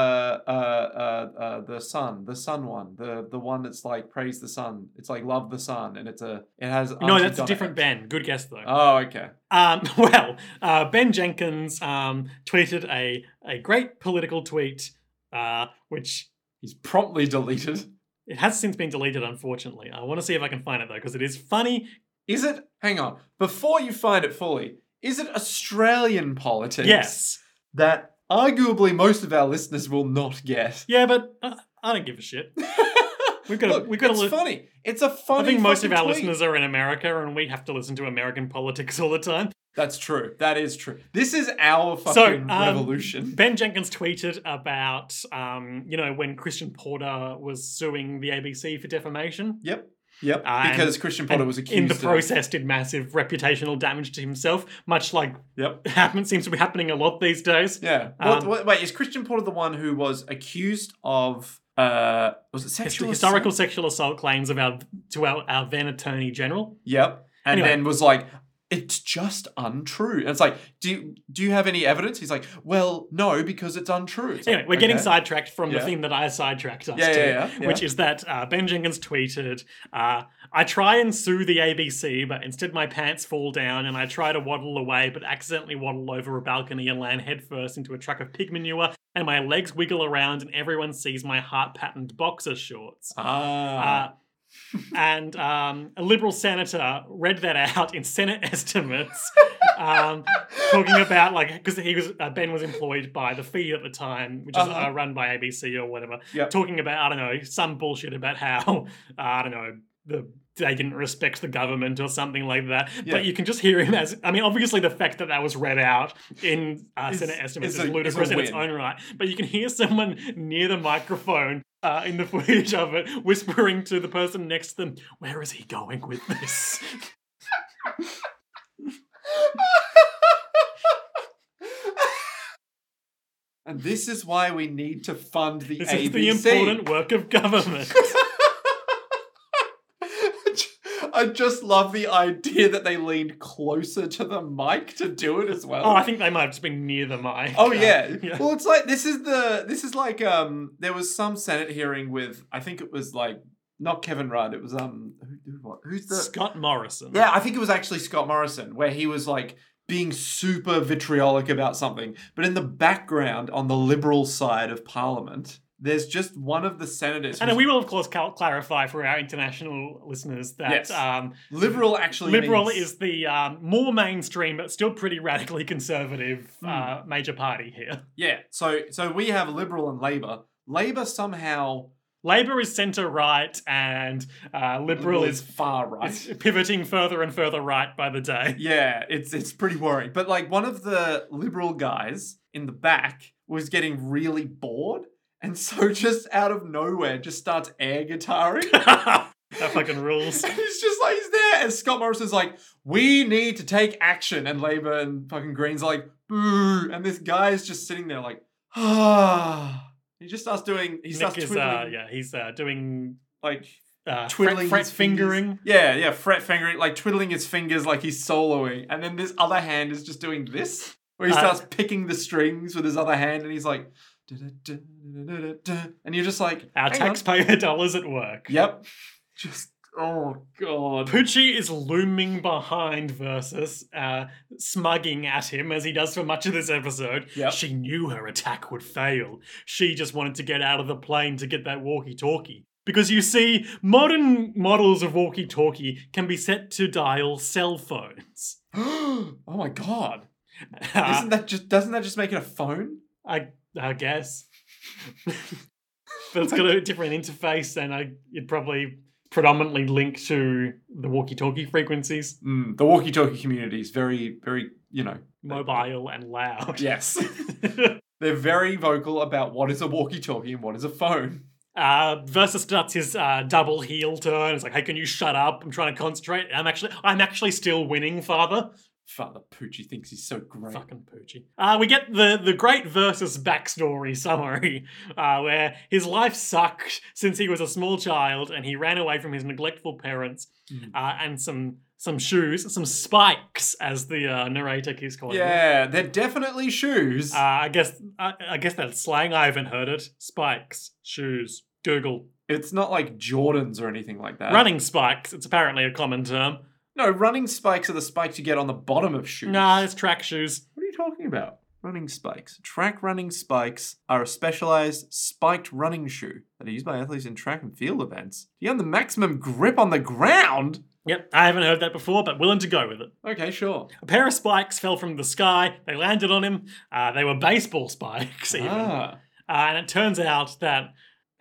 S1: uh uh, uh the sun, the sun one, the the one that's like praise the sun. It's like love the sun, and it's a it has
S2: Um, no,
S1: Auntie
S2: that's a
S1: Donna
S2: different
S1: X.
S2: Ben. Good guess though.
S1: Oh, okay.
S2: Um, (laughs) well, uh, Ben Jenkins um, tweeted a a great political tweet, uh, which
S1: He's promptly deleted.
S2: it has since been deleted, unfortunately. I want to see if I can find it though, because it is funny.
S1: Is it? Hang on. Before you find it fully, is it Australian politics?
S2: Yes,
S1: That arguably most of our listeners will not get. (laughs)
S2: yeah, but uh, I don't give a shit. We've got a,
S1: Look,
S2: we've got a
S1: it's
S2: li-
S1: funny. It's a funny.
S2: I think most of
S1: fucking
S2: our
S1: tweet.
S2: listeners are in America, and we have to listen to American politics (laughs) all the time.
S1: That's true. That is true. This is our fucking
S2: um,
S1: revolution.
S2: Ben Jenkins tweeted about, um, you know, when Christian Porter was suing the ABC for defamation.
S1: Yep. Yep.
S2: Uh, and-
S1: because Christian Potter
S2: and
S1: was accused
S2: In the
S1: of-
S2: process, did massive reputational damage to himself, much like
S1: Yep.
S2: happen, seems to be happening a lot these days.
S1: Yeah. What,
S2: Um,
S1: what, wait, is Christian Porter the one who was accused of uh was it
S2: Hist-
S1: sexual
S2: historical
S1: assault?
S2: sexual assault claims of our to our, our then Attorney General.
S1: Yep. And
S2: Anyway.
S1: then was like it's just untrue. And it's like, do you, do you have any evidence? He's like, well, no, because it's untrue. It's
S2: Anyway,
S1: like,
S2: we're getting
S1: okay.
S2: sidetracked from
S1: Yeah.
S2: the thing that I sidetracked us
S1: Yeah,
S2: to.
S1: yeah, yeah, yeah.
S2: Which is that uh, Ben Jenkins tweeted, uh, I try and sue the ABC, but instead my pants fall down and I try to waddle away, but accidentally waddle over a balcony and land headfirst into a truck of pig manure, and my legs wiggle around and everyone sees my heart patterned boxer shorts. (laughs)
S1: Ah. (laughs)
S2: Uh, and um, a liberal senator read that out in Senate (laughs) estimates. um, talking about like because he was uh, Ben was employed by the Feed at the time, which is
S1: Uh-huh.
S2: uh, run by ABC or whatever.
S1: Yep.
S2: Talking about I don't know some bullshit about how (laughs) uh, I don't know the they didn't respect the government or something like that.
S1: Yeah.
S2: But you can just hear him as I mean, obviously the fact that that was read out in uh,
S1: Is-
S2: Senate estimates
S1: is a-
S2: is,
S1: is a
S2: ludicrous in its
S1: win.
S2: own right. But you can hear someone near the microphone. Uh, in the footage of it, whispering to the person next to them, "Where is he going
S1: (laughs)
S2: with this?"
S1: and this is why we need to fund the
S2: This
S1: ABC.
S2: is the important work
S1: (laughs)
S2: of government.
S1: I just love the idea that they leaned closer to the mic to do it as well.
S2: Oh, I think they might have just been near the mic.
S1: Oh
S2: (laughs) Uh,
S1: yeah.
S2: yeah.
S1: Well, it's like this is the this is like um there was some Senate hearing with I think it was like not Kevin Rudd it was um who, who what who's the
S2: Scott Morrison.
S1: Yeah, I think it was actually Scott Morrison, where he was like being super vitriolic about something. But in the background, on the liberal side of parliament, there's just one of the senators.
S2: And
S1: who's-
S2: we will, of course, cal- clarify for our international listeners that
S1: Yes.
S2: um,
S1: liberal actually
S2: liberal
S1: means-
S2: is the um, more mainstream but still pretty radically conservative
S1: Hmm.
S2: uh, major party here.
S1: yeah. So so we have liberal and Labour. Labour somehow
S2: Labour is centre right, and uh, liberal, is,
S1: far right.
S2: is (laughs) pivoting further and further right by the day.
S1: (laughs) Yeah, it's it's pretty worrying. But like one of the liberal guys in the back was getting really bored, and so (laughs) just out of nowhere just starts air
S2: (laughs)
S1: guitaring.
S2: that
S1: (laughs)
S2: fucking (laughs) rules.
S1: And he's just like he's there, and Scott Morrison's like, "We need to take action," and Labour and fucking Greens are like, boo. And this guy is just sitting there like, (sighs) ah. He just starts doing, he starts
S2: Nick is,
S1: twiddling,
S2: uh, yeah, he's uh, doing
S1: like
S2: uh,
S1: twiddling
S2: twiddling fret,
S1: his fingers.
S2: fingering.
S1: Yeah, yeah, fret fingering, like twiddling his fingers like he's soloing. And then this other hand is just doing this, where he
S2: Uh,
S1: starts picking the strings with his other hand and he's like, "Da-da-da-da-da-da-da," and you're just like,
S2: Our
S1: "Hang on."
S2: taxpayer (laughs) dollars at work.
S1: Yep. Just, oh, God.
S2: Pucci is looming behind Versus, uh, smugging at him as he does for much of this episode.
S1: Yep.
S2: She knew her attack would fail. She just wanted to get out of the plane to get that walkie talkie. Because you see, modern models of walkie talkie can be set to dial cell phones.
S1: (gasps) oh, my God.
S2: Uh,
S1: Isn't that just, doesn't that just make it a phone?
S2: I I guess. but it's got a different interface and I it probably predominantly linked to the walkie-talkie frequencies,
S1: Mm, the walkie talkie community is very, very, you know.
S2: mobile and loud.
S1: Yes. (laughs) They're very vocal about what is a walkie talkie and what is a phone.
S2: (laughs) uh versus starts his uh, double heel turn. It's like, hey, can you shut up? I'm trying to concentrate. I'm actually I'm actually still winning, father.
S1: Father Poochie thinks he's so great.
S2: Fucking Poochie. Uh, we get the the great versus backstory (laughs) summary, uh, where his life sucked since he was a small child and he ran away from his neglectful parents
S1: Mm.
S2: uh, and some some shoes, some spikes, as the uh, narrator keeps calling them.
S1: Yeah, they're definitely shoes.
S2: Uh, I guess I, I guess that's slang. I haven't heard it. Spikes, shoes. Google
S1: it's not like Jordans or anything like that.
S2: running spikes. It's apparently a common term.
S1: No, running spikes are the spikes you get on the bottom of shoes.
S2: Nah, it's track shoes.
S1: What are you talking about? Running spikes. Track running spikes are a specialized spiked running shoe that are used by athletes in track and field events. You have the maximum grip on the ground.
S2: Yep, I haven't heard that before, but willing to go with it.
S1: Okay, sure.
S2: A pair of spikes fell from the sky. They landed on him. Uh, they were baseball (laughs) spikes, even.
S1: Ah,
S2: Uh, and it turns out that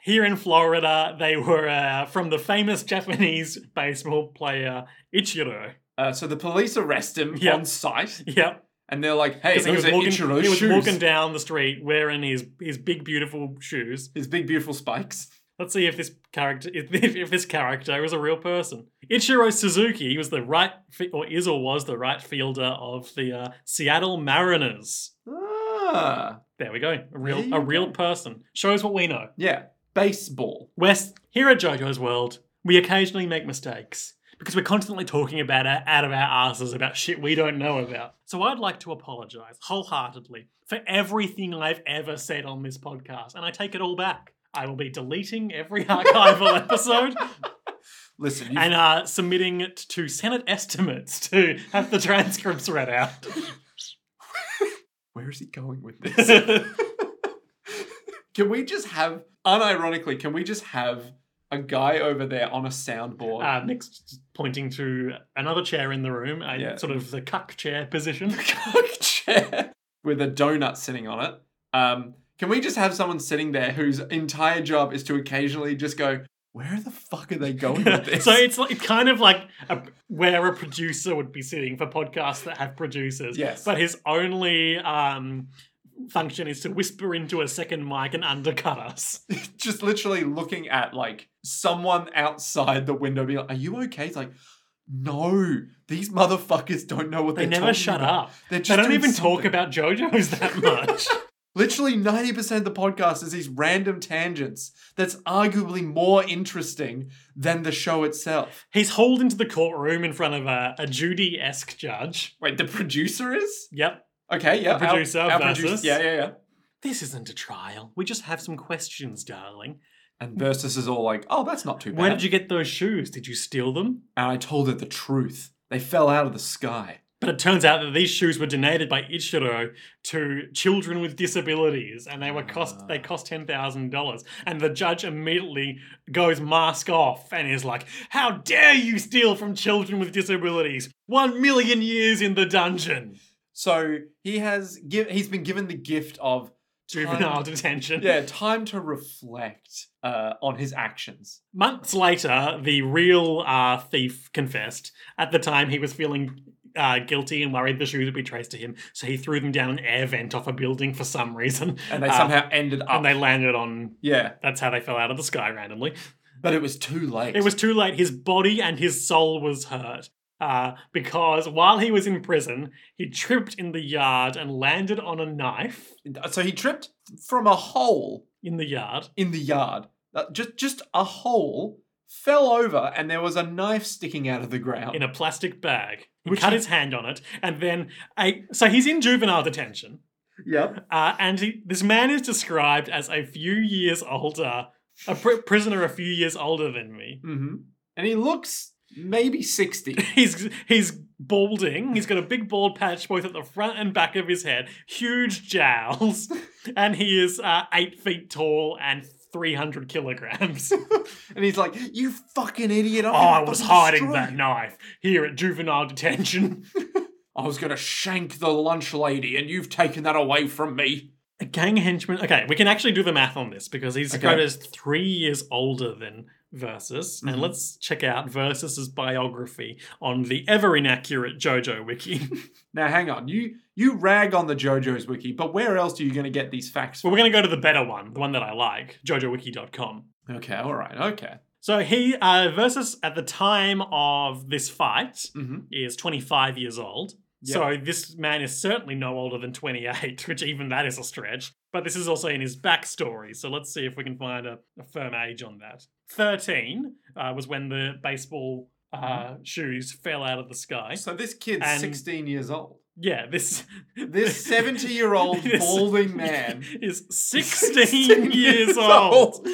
S2: here in Florida, they were uh, from the famous Japanese (laughs) baseball player Ichiro.
S1: Uh, so the police arrest him
S2: Yeah.
S1: on site,
S2: Yep.
S1: and they're like, "Hey,
S2: 'Cause
S1: those are Ichiro's
S2: he was
S1: shoes.
S2: walking down the street wearing his, his big, beautiful shoes.
S1: His big beautiful spikes."
S2: Let's see if this character if, (laughs) if, if this character is a real person. Ichiro Suzuki was the right fi- or is or was the right fielder of the uh, Seattle Mariners.
S1: Ah,
S2: There we go. A real
S1: There you
S2: a real
S1: go.
S2: person. Shows what we know.
S1: yeah, baseball.
S2: West, here at JoJo's World, we occasionally make mistakes because we're constantly talking about our, out of our asses about shit we don't know about. So I'd like to apologize wholeheartedly for everything I've ever said on this podcast, and I take it all back. I will be deleting every (laughs) archival episode
S1: Listen, you
S2: and uh, submitting it to Senate estimates to have the transcripts read out.
S1: where is he going with this?
S2: (laughs) Uh,
S1: Can we just have, unironically, can we just have a guy over there on a soundboard? (laughs)
S2: Uh, next, pointing to another chair in the room, a
S1: Yeah.
S2: sort of the cuck chair position.
S1: cock chair with a donut sitting on it. Um, can we just have someone sitting there whose entire job is to occasionally just go, where the fuck are they going (laughs) with
S2: (laughs)
S1: this?
S2: so it's like, it's kind of like a, where a producer would be sitting for podcasts that have producers,
S1: yes.
S2: but his only um, function is to whisper into a second mic and
S1: (laughs)
S2: undercut us.
S1: just literally looking at like someone outside the window being like, are you okay? It's like, no, these motherfuckers don't know what
S2: They
S1: are
S2: never shut up.
S1: They're
S2: They
S1: just
S2: don't
S1: doing
S2: even talk
S1: something.
S2: about (laughs) JoJo's
S1: (laughs)
S2: that much.
S1: Literally 90% of the podcast is these random tangents that's arguably more interesting than the show itself.
S2: He's hauled into the courtroom in front of a, a Judy esque judge.
S1: Wait, the producer is?
S2: Yep.
S1: Okay, yeah.
S2: The
S1: our-
S2: producer
S1: our
S2: versus-
S1: producer- Yeah, yeah, yeah.
S2: This isn't a trial. We just have some questions, darling.
S1: And Versus is all like, oh, that's not too bad.
S2: Where did you get those shoes? Did you steal them?
S1: and I told her the truth. They fell out of the sky.
S2: But it turns out that these shoes were donated by Ichiro to children with disabilities, and they were cost they cost ten thousand dollars. And the judge immediately goes mask off and is like, "How dare you steal from children with disabilities? One million years in the dungeon,
S1: So he has give, he's been given the gift of
S2: juvenile
S1: time,
S2: detention."
S1: yeah, time to reflect uh, on his actions.
S2: Months later, the real uh, thief confessed. At the time, he was feeling. Uh, guilty and worried the shoes would be traced to him, so he threw them down an air vent off a building for some reason,
S1: And they
S2: Uh,
S1: somehow ended up.
S2: and they landed on
S1: yeah,
S2: That's how they fell out of the sky randomly.
S1: but it was too late.
S2: It was too late. His body and his soul was hurt. uh, because while he was in prison, he tripped in the yard and landed on a knife
S1: So he tripped from a hole
S2: in the yard.
S1: in the yard. That- Just just a hole fell over and there was a knife sticking out of the ground.
S2: in a plastic bag. He
S1: Which
S2: cut
S1: he-
S2: his hand on it, and then a so he's in juvenile detention.
S1: yep.
S2: Uh, and he, this man is described as a few years older, a pr- prisoner a few years older than me.
S1: hmm And he looks maybe 60.
S2: He's he's balding. He's got a big bald patch both at the front and back of his head, huge jowls, (laughs) and he is uh, eight feet tall and three hundred (laughs) kilograms.
S1: and he's like, You fucking idiot. I'm
S2: oh,
S1: gonna
S2: I was
S1: fucking
S2: hiding
S1: destroy
S2: that
S1: you."
S2: knife here at juvenile detention.
S1: I was going to shank the lunch lady and you've taken that away from me.
S2: A gang henchman. Okay, we can actually do the math on this because he's
S1: Okay.
S2: described as three years older than Versus.
S1: Mhm.
S2: And let's check out Versus's biography on the ever inaccurate JoJo wiki. (laughs)
S1: Now, hang on. You you rag on the JoJo's wiki, but where else are you going to get these facts
S2: well,
S1: from?
S2: we're going to go to the better one, the one that I like, jojowiki.com.
S1: Okay, all right, okay.
S2: So he, uh, Versus at the time of this fight
S1: hmm
S2: is 25 years old. So this man is certainly no older than 28, (laughs) which even that is a stretch. But this is also in his backstory, so let's see if we can find a, a firm age on that. 13 uh, was when the baseball uh, shoes fell out of the sky.
S1: So this kid's
S2: And-
S1: 16 years old.
S2: Yeah, this (laughs)
S1: This 70 year old
S2: This-
S1: balding
S2: (laughs)
S1: man.
S2: is
S1: (laughs)
S2: 16 years old.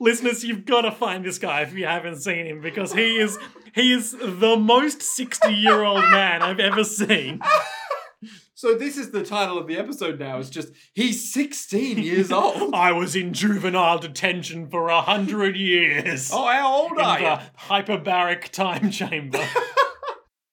S2: Listeners, you've got to find this guy if you haven't seen him because he is he is the most 60 year old man I've ever seen.
S1: So this is the title of the episode now. It's just he's 16 (laughs) years old.
S2: I was in juvenile detention for a hundred years.
S1: oh, how old
S2: in
S1: are
S2: the
S1: you?
S2: hyperbaric time chamber. (laughs)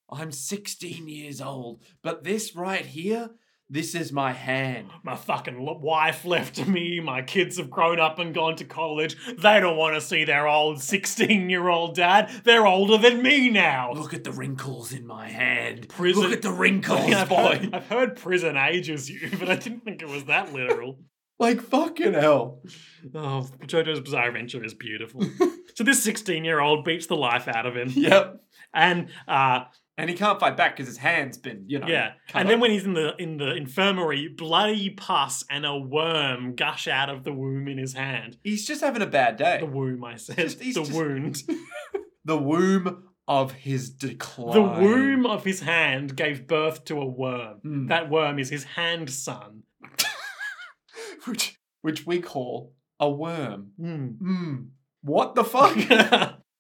S1: I'm 16 years old, but this right here, this is my hand.
S2: my fucking lo- wife left me. My kids have grown up and gone to college. They don't want to see their old 16 year old dad. They're older than me now.
S1: Look at the wrinkles in my hand.
S2: Prison-
S1: Look at the (laughs) wrinkles,
S2: I've
S1: boy.
S2: heard, I've heard prison ages you, (laughs) but I didn't think it was that literal.
S1: Like fucking hell.
S2: oh, JoJo's Bizarre Adventure
S1: (laughs)
S2: is beautiful. so this 16 year old beats the life out of him.
S1: Yep.
S2: And, uh,
S1: And he can't fight back because his hand's been, you know.
S2: Yeah,
S1: cut
S2: and then
S1: off.
S2: when he's in the in the infirmary, bloody pus and a worm gush out of the womb in his hand.
S1: he's just having a bad day.
S2: The womb, I said.
S1: Just- he's
S2: the
S1: just-
S2: wound.
S1: The womb of his decline.
S2: The womb of his hand gave birth to a worm.
S1: Mm.
S2: That worm is his hand son.
S1: which which we call a worm. (laughs)
S2: Mm.
S1: Mm. What the
S2: (laughs)
S1: fuck?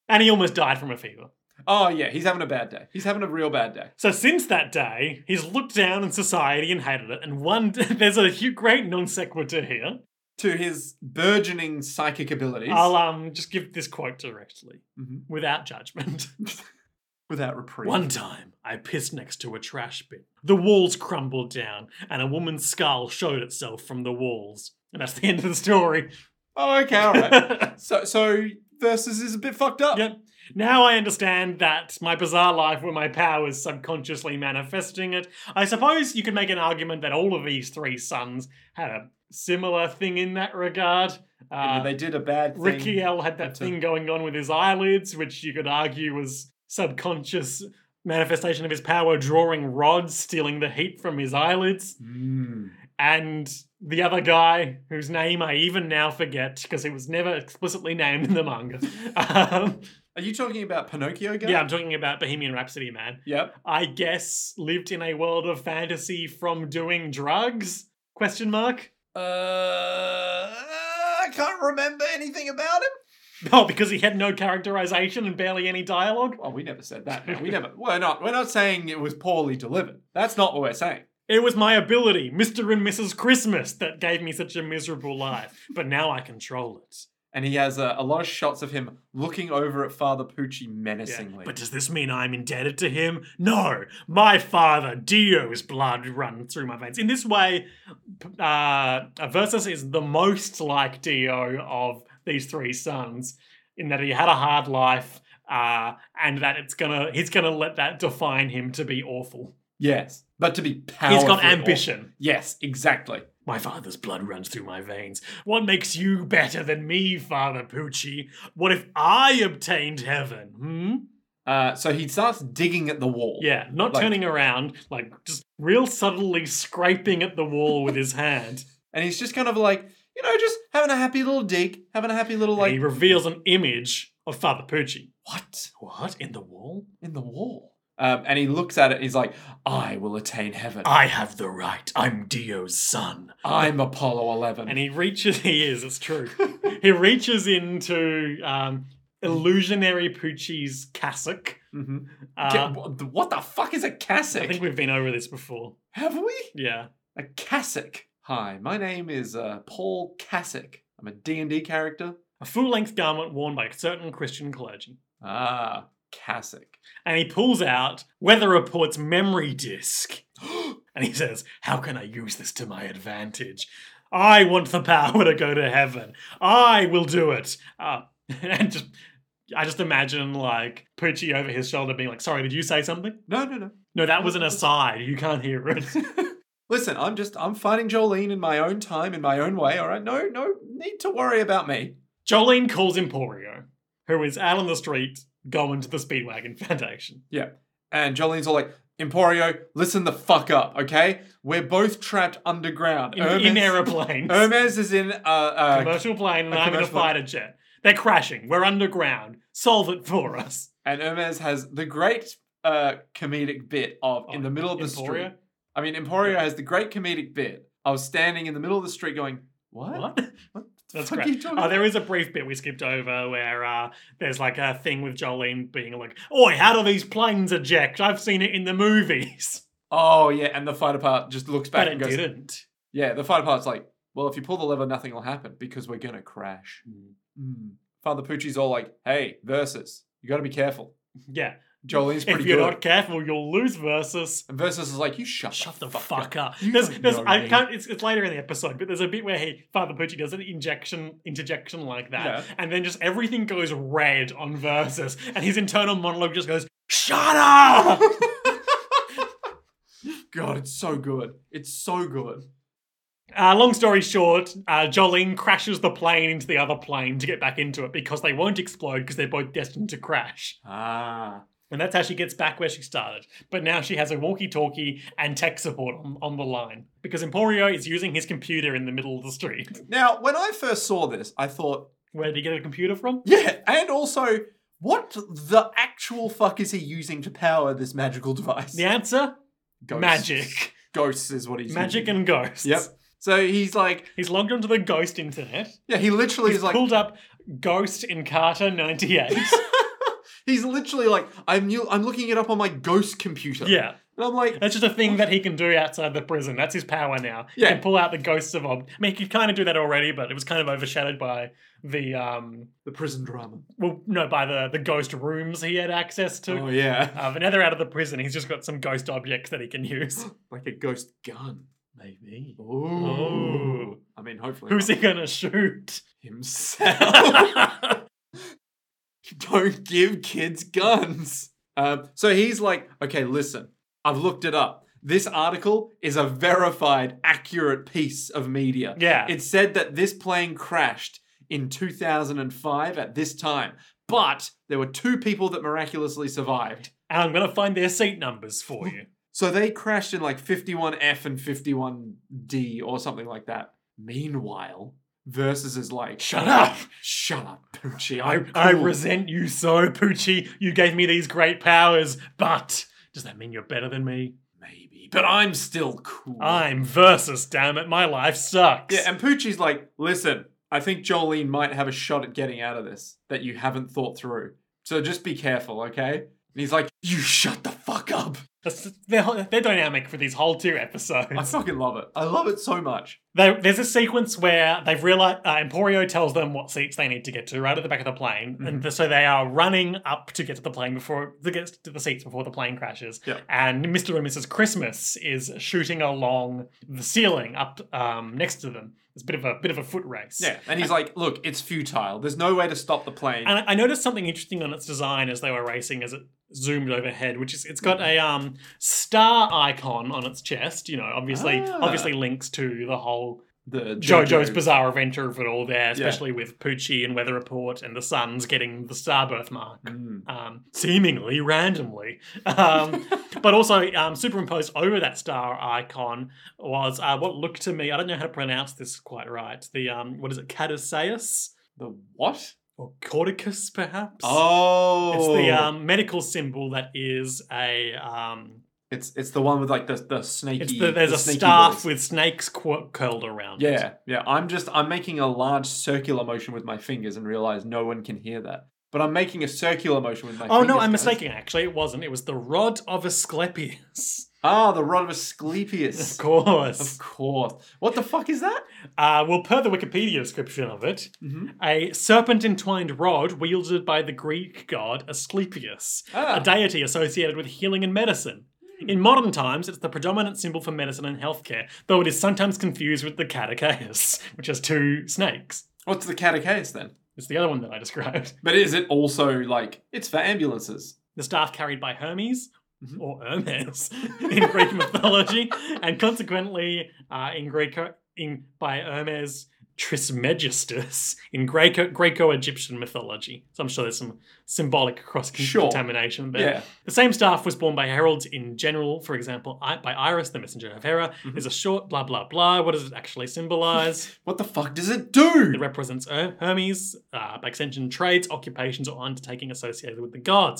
S2: and he almost died from a fever.
S1: oh yeah, he's having a bad day. He's having a real bad day.
S2: So since that day, he's looked down on society and hated it. And one, (laughs) there's a hu- great non sequitur here.
S1: To his burgeoning psychic abilities,
S2: I'll um just give this quote directly,
S1: Mhm.
S2: without judgment. (laughs)
S1: without reprieve.
S2: One time, I pissed next to a trash bin. The walls crumbled down, and a woman's skull showed itself from the walls. And that's the end of the story.
S1: Oh, okay, all right. (laughs)
S2: (laughs) Yep.
S1: so, so versus is a bit fucked up.
S2: Now I understand that my bizarre life where my powers subconsciously manifesting it. I suppose you could make an argument that all of these three sons had a similar thing in that regard.
S1: And
S2: Uh,
S1: they did a bad thing.
S2: Ricky L had that
S1: That's a-
S2: thing going on with his eyelids, which you could argue was subconscious manifestation of his power, drawing rods, stealing the heat from his eyelids.
S1: Mm.
S2: And the other guy, whose name I even now forget because he was never explicitly named in the manga. (laughs) Um,
S1: Are you talking about Pinocchio guy?
S2: yeah, I'm talking about Bohemian Rhapsody, man.
S1: Yep.
S2: I guess lived in a world of fantasy from doing drugs? Question mark. (laughs)
S1: Uh, I can't remember anything about him.
S2: Oh, because he had no characterization and barely any dialogue.
S1: Well, we never said that. now. We
S2: (laughs)
S1: never. We're not. We're not saying it was poorly delivered. That's not what we're saying.
S2: It was my ability, Mr. and Mrs. Christmas, that gave me such a miserable life. But now I control it.
S1: And he has a, a lot of shots of him looking over at Father Pucci
S2: Yeah.
S1: menacingly.
S2: But does this mean I'm indebted to him? No. My father, Dio's blood run through my veins. In this way, p- uh, Versus is the most like Dio of these three sons, in that he had a hard life, uh, and that it's gonna he's gonna let that define him to be awful.
S1: yes, but to be powerful.
S2: he's got ambition.
S1: Yes, exactly.
S2: My father's blood runs through my veins. What makes you better than me, Father Pucci? What if I obtained heaven? Hmm?
S1: Uh, so he starts digging at the wall.
S2: Yeah, not
S1: Like-
S2: turning around, like just real subtly scraping at the wall with his hand.
S1: And he's just kind of like, you know, just having a happy little dig, having a happy little (laughs)
S2: And
S1: like,
S2: he reveals an image of Father Pucci.
S1: what
S2: What? In the wall?
S1: in the wall? Um, and he looks at it. and He's like, I will attain heaven.
S2: I have the right. I'm Dio's son.
S1: I'm Apollo 11.
S2: And he reaches, (laughs) he is, it's true. he reaches into um, illusionary Pucci's cassock.
S1: Mhm.
S2: Uh,
S1: Get- wha- what the fuck is a cassock?
S2: I think we've been over this before.
S1: Have we?
S2: Yeah.
S1: A cassock. Hi, my name is uh, Paul Cassock. I'm a D&D character.
S2: A full length garment worn by certain Christian clergy.
S1: Ah, cassock.
S2: And he pulls out Weather Report's memory disc. (gasps) And he says, How can I use this to my advantage? I want the power to go to heaven. I will do it. Uh, (laughs) and just, I just imagine like Poochie over his shoulder being like, Sorry, did you say something?
S1: no, no, no.
S2: No, that was an aside. You can't hear it.
S1: Listen, I'm just I'm finding Jolene in my own time, in my own way. All right, no, no need to worry about me.
S2: Jolene calls Emporio, who is out on the street going to the Speedwagon Foundation.
S1: And Jolene's all like, Emporio, listen the fuck up, okay? We're both trapped underground.
S2: In, in aeroplanes.
S1: Hermes is in uh, uh
S2: commercial plane, and
S1: a
S2: I'm in a
S1: commercial
S2: fighter jet. They're crashing. We're underground. Solve it for us.
S1: and Hermes has the great uh comedic bit of in
S2: Oh,
S1: the middle of the
S2: Emporio?
S1: street. I mean, Emporio has the great comedic bit of standing in the middle of the street going, "What?
S2: What?
S1: What the
S2: That's
S1: fuck
S2: great.
S1: are you talking
S2: Oh,
S1: about?"
S2: there is a brief bit we skipped over where uh, there's like a thing with Jolene being like, Oi, how do these planes eject? I've seen it in the movies.
S1: Oh yeah, and the fighter part just looks back
S2: but it
S1: and goes,
S2: didn't.
S1: "Yeah." The fighter part's like, "Well, if you pull the lever, nothing will happen because we're gonna crash." Mm. Father Pucci's all like, "Hey, versus, you got to be
S2: (laughs)
S1: careful."
S2: Yeah.
S1: Jolene's pretty
S2: if you're
S1: good.
S2: not careful, you'll lose versus.
S1: and versus is like, "You shut,
S2: Shut
S1: the,
S2: the fuck up.
S1: You
S2: There's,
S1: don't
S2: there's,
S1: know
S2: I
S1: me.
S2: can't, it's, it's later in the episode, but there's a bit where he, Father Pucci does an injection, interjection like that.
S1: Yeah.
S2: And then just everything goes red on Versus. And his internal monologue just goes,
S1: (laughs)
S2: Shut up!
S1: (laughs) God, it's so good. It's so good.
S2: Uh, long story short, uh, Jolene crashes the plane into the other plane to get back into it because they won't explode because they're both destined to crash.
S1: Ah,
S2: And that's how she gets back where she started. But now she has a walkie talkie and tech support on, on the line because Emporio is using his computer in the middle of the street. (laughs)
S1: now when I first saw this, I thought,
S2: Where did he get a computer from?
S1: Yeah, and also, what the actual fuck is he using to power this magical device?
S2: The answer?
S1: Ghosts.
S2: Magic.
S1: Ghosts is what he's
S2: Magic
S1: using.
S2: and ghosts.
S1: Yep. So he's like,
S2: He's logged onto the ghost internet.
S1: yeah, he literally
S2: He's
S1: is like,
S2: pulled up Ghost in Carter 98.
S1: he's literally like, I'm new, I'm looking it up on my (laughs) ghost computer.
S2: yeah.
S1: and I'm
S2: (laughs)
S1: like,
S2: That's just a thing that he can do outside the prison. That's his power now.
S1: Yeah.
S2: He can pull out the ghosts of Ob. I mean, he could kind of do that already, but it was kind of overshadowed by the um,
S1: the prison drama.
S2: well, no, by the the ghost rooms he had access to.
S1: Oh yeah, (laughs)
S2: (laughs) Uh, but now they're out of the prison. He's just got some ghost objects that he can use.
S1: like a ghost gun, maybe. Ooh.
S2: Ooh.
S1: I mean, hopefully.
S2: Oh. Who's
S1: not
S2: he
S1: (laughs)
S2: gonna shoot? (laughs)
S1: Himself. (laughs) don't give kids guns. Um, so he's like, okay, listen, I've looked it up. This article is a verified, accurate piece of media.
S2: yeah.
S1: It said that this plane crashed in 2005 at this time, but there were two people that miraculously survived.
S2: and I'm gonna find their seat numbers for you.
S1: So they crashed in like 51F and 51D or something like that. Meanwhile, Versus is like,
S2: Shut up!
S1: shut up, Poochie.
S2: I,
S1: I'm
S2: I
S1: cool."
S2: resent you so, Poochie. You gave me these great powers, but does that mean you're better than me?
S1: Maybe, but I'm still cool.
S2: I'm versus, damn it. My life sucks.
S1: Yeah, and Poochie's like, listen, I think Jolene might have a shot at getting out of this that you haven't thought through. So just be careful, okay? And he's like, you shut the fuck up.
S2: That's- they're, they're dynamic for these whole two
S1: I
S2: episodes.
S1: fucking love it. I love it so much.
S2: There- there's a sequence where they've realized uh, Emporio tells them what seats they need to get to right at the back of the plane,
S1: Mm-hmm.
S2: and th- so they are running up to get to the plane before to get to the seats before the plane crashes.
S1: Yeah.
S2: And Mr. and Mrs. Christmas is shooting along the ceiling up um, next to them. It's a bit of a bit of a foot race.
S1: Yeah. And he's like, look, it's futile. There's no way to stop the plane.
S2: And I- I noticed something interesting on its design as they were racing, as it zoomed overhead, which is it's got
S1: Hmm.
S2: a um, star icon on its chest. You know, obviously,
S1: Ah.
S2: obviously links to the whole
S1: the
S2: JoJo's Bizarre Adventure of it all there,
S1: Yeah.
S2: especially with Poochie and Weather Report and the Suns getting the Starbirth mark,
S1: Mm.
S2: um, seemingly randomly.
S1: (laughs)
S2: Um, but also um, superimposed over that star icon was uh, what looked to me, I don't know how to pronounce this quite right, the, um, what is it, Cataseus
S1: The what?
S2: or Corticus perhaps?
S1: Oh,
S2: It's the um, medical symbol that is a um,
S1: It's it's the one with like the the snaky.
S2: It's the, there's
S1: the
S2: a
S1: snaky
S2: staff
S1: voice.
S2: with snakes qu- curled around. it.
S1: Yeah, yeah. I'm just I'm making a large circular motion with my fingers and realize no one can hear that. But I'm making a circular motion with my.
S2: Oh
S1: fingers,
S2: no, I'm
S1: guys.
S2: mistaken. Actually, it wasn't. It was the rod
S1: (laughs)
S2: of Asclepius.
S1: Ah, the rod of
S2: of
S1: Asclepius.
S2: course.
S1: Of course. What the fuck is that?
S2: Uh, well, per the Wikipedia description of it,
S1: Mm-hmm.
S2: a serpent entwined rod wielded by the Greek god Asclepius,
S1: Ah,
S2: a deity associated with healing and medicine. In modern times, it's the predominant symbol for medicine and healthcare, though it is sometimes confused with the Catacaeus, which has two snakes.
S1: what's the catechase then?
S2: It's the other one that I described. (laughs)
S1: But is it also like it's for ambulances?
S2: the staff carried by Hermes
S1: Mhm.
S2: or Hermes (laughs) in
S1: (laughs)
S2: Greek mythology, and consequently uh, in Greco in by Hermes Trismegistus in Greco Greco Egyptian mythology. So I'm sure there's some symbolic cross
S1: Sure.
S2: contamination there.
S1: Yeah.
S2: The same staff was borne by heralds in general, for example, I- by Iris, the messenger of Hera.
S1: Mhm.
S2: There's a short blah blah blah. What does it actually symbolize?
S1: What the fuck does it
S2: It
S1: do?
S2: represents Her- Hermes, uh, by extension, trades, occupations, or undertaking associated with the gods.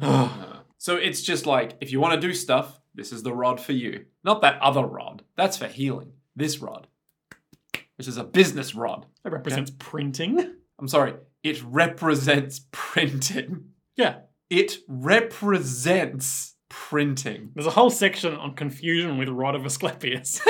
S1: Ah. so it's just like if you want to do stuff, this is the rod for you. Not that other rod. That's for healing. This rod. This is a business rod.
S2: It represents printing.
S1: I'm sorry. It represents (laughs) printing.
S2: Yeah.
S1: It represents printing.
S2: There's a whole section on confusion with Rod of Asclepius.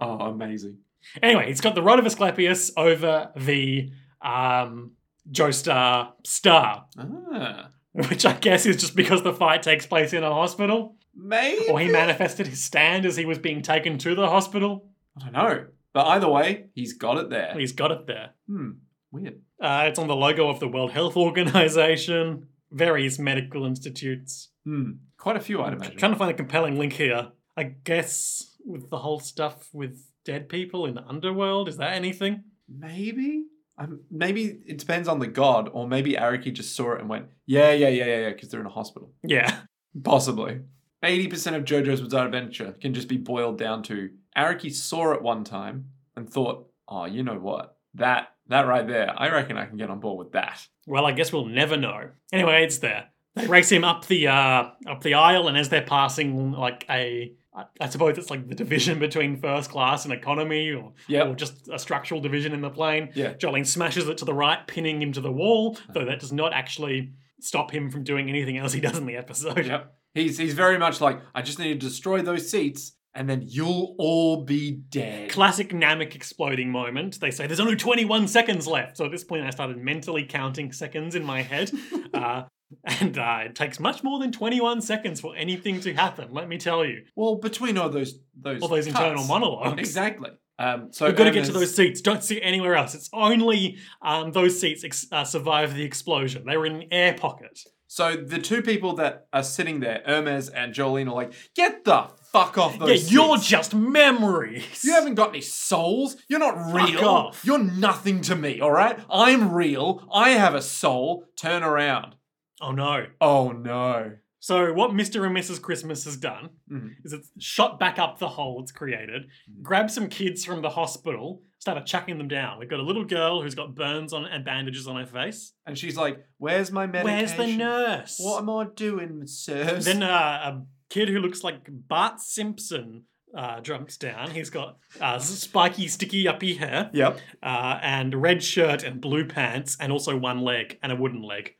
S1: Oh, amazing.
S2: (laughs) anyway, it's got the Rod of Asclepius over the um, Joestar star,
S1: Ah,
S2: which I guess is just because the fight takes place in a hospital,
S1: maybe.
S2: or he manifested his stand as he was being taken to the hospital.
S1: I don't know. But either way, he's got it there.
S2: He's got it there.
S1: Hmm. Weird.
S2: Uh, it's on the logo of the World Health Organization, various medical institutes.
S1: Hmm. Quite a few, I'd imagine.
S2: Trying to find a compelling link here. I guess with the whole stuff with dead people in the underworld, is that anything?
S1: Maybe. Um, maybe it depends on the god, or maybe Araki just saw it and went, yeah, yeah, yeah, yeah, yeah, because they're in a hospital.
S2: Yeah.
S1: Possibly. 80% of JoJo's Bizarre Adventure can just be boiled down to Araki saw it one time and thought, oh, you know what? That, that right there, I reckon I can get on board with that.
S2: (laughs) Well, I guess we'll never know. Anyway, it's there. They race him up the uh, up the aisle, and as they're passing, like a, I I suppose it's like the division between first class and economy, or,
S1: Yep.
S2: or just a structural division in the plane.
S1: Yeah. Uh-huh.
S2: Jolene smashes it to the right, pinning him to the wall. Though that does not actually stop him from doing anything else he does in the episode.
S1: Yep. He's, he's very much like, I just need to destroy those seats and then you'll all be dead.
S2: Classic Namek exploding moment. They say there's only 21 seconds left. So at this point, I started mentally counting seconds in my
S1: (laughs)
S2: head. uh, and uh, it takes much more than 21 seconds for anything to happen, let me tell you.
S1: well, between all those those
S2: All those internal
S1: cuts.
S2: monologues. (laughs)
S1: Exactly. Um, so
S2: We've got to get to
S1: Ernest-
S2: those seats. Don't sit anywhere else. It's only um, those seats ex- uh, survive the explosion. They were in an air pocket.
S1: So the two people that are sitting there, Hermes and Jolene, are like, get the fuck off those
S2: yeah,
S1: seats.
S2: you're just memories.
S1: You haven't got any souls. You're not
S2: Fuck
S1: real.
S2: off.
S1: You're nothing to me, all right? I'm real. I have a soul. Turn around.
S2: Oh no.
S1: Oh no.
S2: So what Mr. and Mrs. Christmas has done
S1: Mhm.
S2: is it's shot back up the hole it's created,
S1: Mm-hmm.
S2: grabbed some kids from the hospital, started chucking them down. We've got a little girl who's got burns on and bandages on her face.
S1: And she's like, where's my medication?
S2: Where's the nurse?
S1: What am I doing, sirs?
S2: Then uh, a kid who looks like Bart Simpson uh, jumps down. He's got uh, spiky, sticky, yuppie hair,
S1: yep.
S2: uh, and red shirt and blue pants, and also one leg and a wooden leg.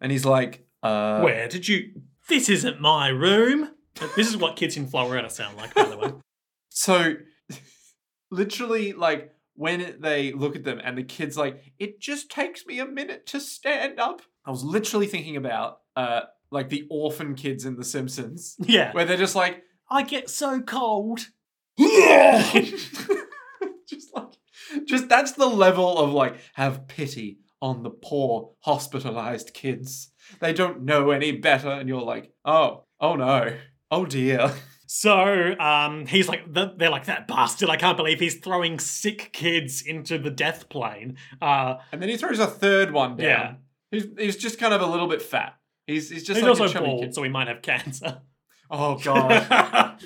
S1: And he's like, uh,
S2: Where did you? This isn't my room. This is what kids in Florida sound like, by the way.
S1: So, (laughs) literally, like when they look at them and the kid's like, "It just takes me a minute to stand up." I was literally thinking about uh, like the orphan kids in The Simpsons,
S2: Yeah.
S1: where they're just like, (laughs)
S2: I get so cold.
S1: just like, just that's the level of like, have pity on the poor hospitalized kids. They don't know any better, and you're like, oh, oh no, oh dear.
S2: So um, he's like, th- they're like, that bastard, I can't believe he's throwing sick kids into the death plane. Uh,
S1: And then he throws a third one down.
S2: Yeah.
S1: He's, he's just kind of a little bit fat. He's, he's just
S2: he's
S1: like a
S2: also
S1: chubby
S2: bald,
S1: kid.
S2: so he might have cancer.
S1: (laughs) Oh,
S2: (laughs)
S1: God. I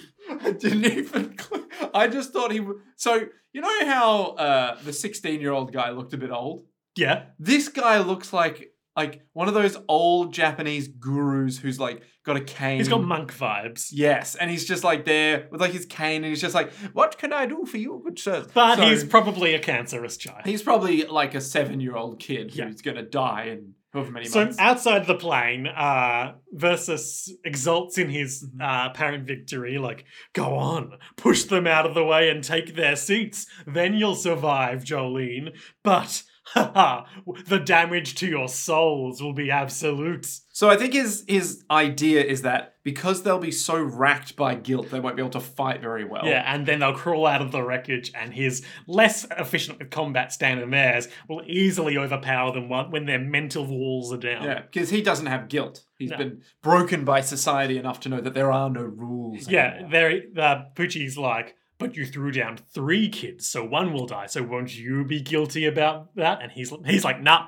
S1: didn't even. cl- I just thought he. w- So you know how uh, the sixteen-year-old guy looked a bit old.
S2: yeah.
S1: This guy looks like like one of those old Japanese gurus who's like got a cane.
S2: He's got monk vibes.
S1: Yes, and he's just like there with like his cane, and he's just like, "What can I do for you, good sir?"
S2: But
S1: So,
S2: he's probably a cancerous child.
S1: he's probably like a seven-year-old kid
S2: Yeah.
S1: who's gonna die in however many
S2: So
S1: months.
S2: outside the plane, uh, Versus exults in his uh, apparent victory, like, go on, push them out of the way and take their seats. Then you'll survive, Jolene. But, (laughs) haha, the damage to your souls will be absolute.
S1: So I think his his idea is that because they'll be so racked by guilt, they won't be able to fight very well.
S2: Yeah, and then they'll crawl out of the wreckage, and his less efficient with combat stand than theirs will easily overpower them one- when their mental walls are down.
S1: Yeah, because he doesn't have guilt. He's
S2: No.
S1: been broken by society enough to know that there are no rules.
S2: Yeah,
S1: anymore.
S2: they're, uh, Poochie's like, but you threw down three kids, so one will die. So won't you be guilty about that? And he's he's like, nah,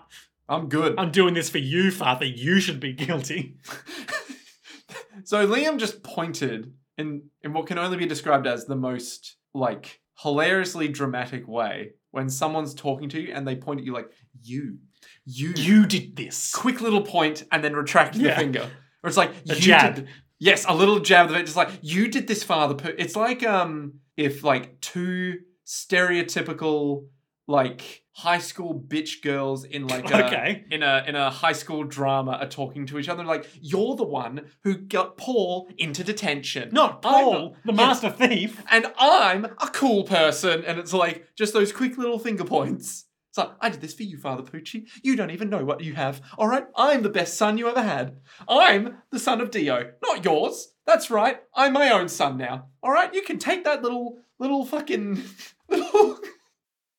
S1: I'm good.
S2: I'm doing this for you, father. You should be guilty.
S1: (laughs)
S2: (laughs)
S1: so Liam just pointed in in what can only be described as the most like hilariously dramatic way when someone's talking to you and they point at you like you, you,
S2: You did this.
S1: quick little point and then retract the
S2: Yeah.
S1: finger. Or it's like
S2: A
S1: you
S2: jab.
S1: did- yes, a little jab of it. Just like you did this father. Per-. It's like um if like two stereotypical like high school bitch girls in like a,
S2: (laughs) okay.
S1: in a in a high school drama are talking to each other like you're the one who got Paul into detention.
S2: Not
S1: I'm
S2: Oh, Paul, the
S1: Oh, yeah.
S2: master thief.
S1: And I'm a cool person, and it's like just those quick little finger points. It's like, I did this for you, Father Poochie. You don't even know what you have. All right, I'm the best son you ever had. I'm the son of Dio, not yours. That's right. I'm my own son now. All right, you can take that little little fucking (laughs) little.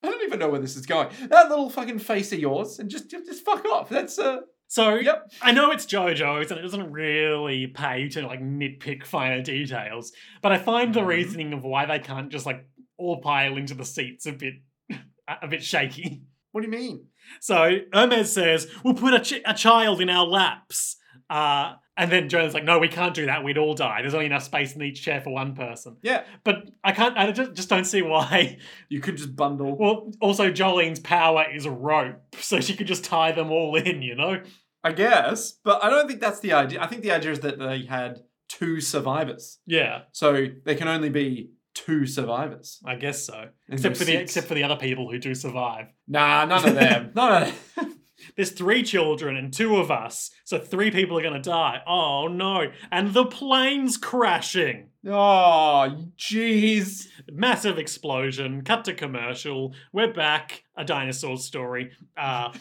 S1: I don't even know where this is going. That little fucking face of yours, and just just fuck off. That's uh.
S2: So
S1: Yep.
S2: I know it's JoJo's and it doesn't really pay to like nitpick finer details, but I find the
S1: Mhm.
S2: reasoning of why they can't just like all pile into the seats a bit (laughs) a bit shaky.
S1: What do you mean?
S2: So Hermes says, "We'll put a, ch- a child in our laps," uh, and then Jonah's like, "No, we can't do that. We'd all die. There's only enough space in each chair for one person."
S1: Yeah,
S2: But I can't. I just, just don't see why. (laughs)
S1: you could just bundle.
S2: Well, also Jolene's power is a rope, (laughs) so she could just tie them all in. You know?
S1: I guess, but I don't think that's the idea. I think the idea is that they had two survivors,
S2: Yeah,
S1: so there can only be two survivors.
S2: I guess so.
S1: And
S2: Except
S1: there's
S2: for the
S1: six.
S2: except for the other people who do survive.
S1: nah, none of
S2: (laughs)
S1: them. none of them.
S2: There's three children and two of us, so three people are gonna die. Oh no! And the plane's crashing.
S1: Oh, jeez.
S2: Massive explosion, cut to commercial. We're back, a dinosaur story.
S1: (laughs)
S2: Uh,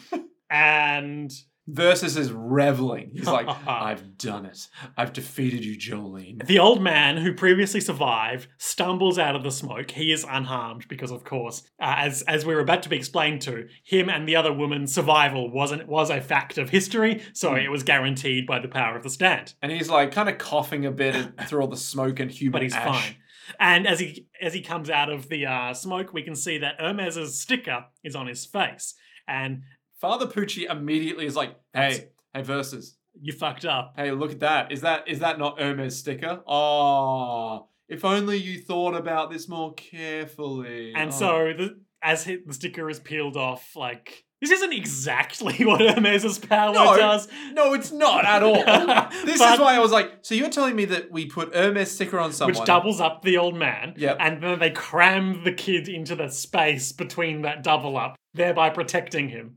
S2: and
S1: Versus is reveling. He's
S2: (laughs)
S1: like, I've done it. I've defeated you, Jolene.
S2: the old man who previously survived stumbles out of the smoke. He is unharmed because, of course, uh, as as we were about to be explained to, him and the other woman's survival wasn't was a fact of history, so
S1: Hmm.
S2: it was guaranteed by the power of the stand.
S1: And he's like, kind of coughing a bit through all the smoke and human
S2: But he's
S1: ash.
S2: fine. And as he as he comes out of the uh, smoke, we can see that Hermes's sticker is on his face, and
S1: Father Pucci immediately is like, Hey, hey, versus.
S2: you fucked up.
S1: Hey, look at that. Is that is that not Hermes sticker? Oh, if only you thought about this more carefully.
S2: And
S1: Oh.
S2: so the, as he, the sticker is peeled off, like this isn't exactly (laughs) what Hermes's power
S1: No,
S2: does.
S1: No, it's not at
S2: (laughs)
S1: all. this
S2: But-
S1: is why I was like, so you're telling me that we put Hermes sticker on someone.
S2: Which doubles up the old man.
S1: Yep.
S2: And then they cram the kid into the space between that double up, thereby protecting him.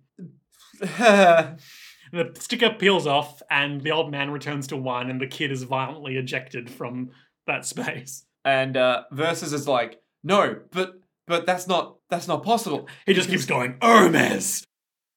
S2: The sticker peels off, and the old man returns to one, and the kid is violently ejected from that space.
S1: (laughs) and uh Versus is like, no, but but that's not that's not possible.
S2: He just keeps going, Hermes!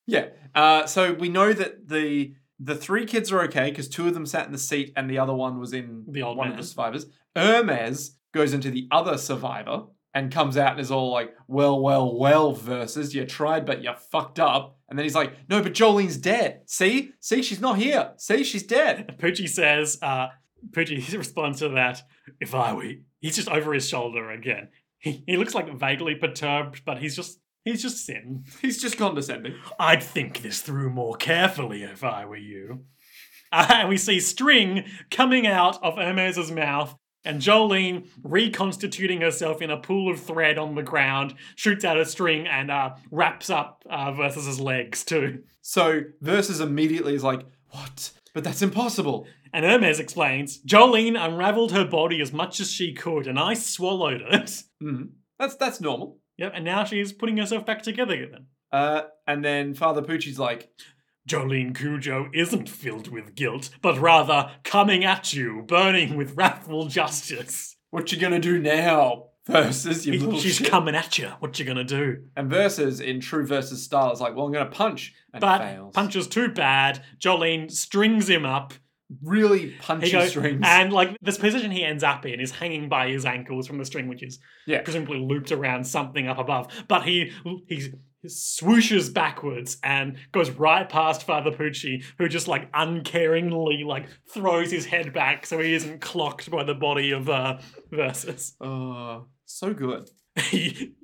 S1: Yeah. Uh so we know that the the three kids are okay because two of them sat in the seat and the other one was in
S2: The old
S1: one
S2: man.
S1: of the survivors. Hermes goes into the other survivor and comes out and is all like, well, well, well, versus you tried, but you fucked up. And then he's like, no, but Jolene's dead. (laughs) See? See, she's not here. See, she's dead.
S2: Poochie says, uh, Poochie (laughs) responds to that, if I were, he's just over his shoulder again. He, he looks like vaguely perturbed, but he's just he's just sin.
S1: He's just condescending.
S2: I'd think this through more carefully if I were you. Uh, and we see string coming out of Hermes's mouth, and Jolene reconstituting herself in a pool of thread on the ground, shoots out a string and uh, wraps up uh, Versus's legs too.
S1: So Versus immediately is like, what? But that's impossible.
S2: And Hermes explains Jolene unraveled her body as much as she could, and I swallowed it. (laughs)
S1: Mm. That's that's normal.
S2: yep, and now she's putting herself back together again.
S1: Uh, and then Father Poochie's like,
S2: Jolene Cujo isn't filled with guilt, but rather coming at you, burning with wrathful justice.
S1: what you gonna do now? (laughs) Versus you little
S2: She's
S1: shit.
S2: coming at you. What you gonna do?
S1: And Versus in true Versus style is like, well, I'm gonna punch. And
S2: but
S1: fails.
S2: punches too bad. Jolene strings him up.
S1: Really
S2: He
S1: punchy
S2: goes,
S1: strings.
S2: and like this position he ends up in is hanging by his ankles from the string, which is
S1: Yeah.
S2: presumably looped around something up above. But he he swooshes backwards and goes right past Father Pucci, who just like uncaringly like throws his head back so he isn't clocked by the body of uh, Versus. (laughs)
S1: Oh, so good.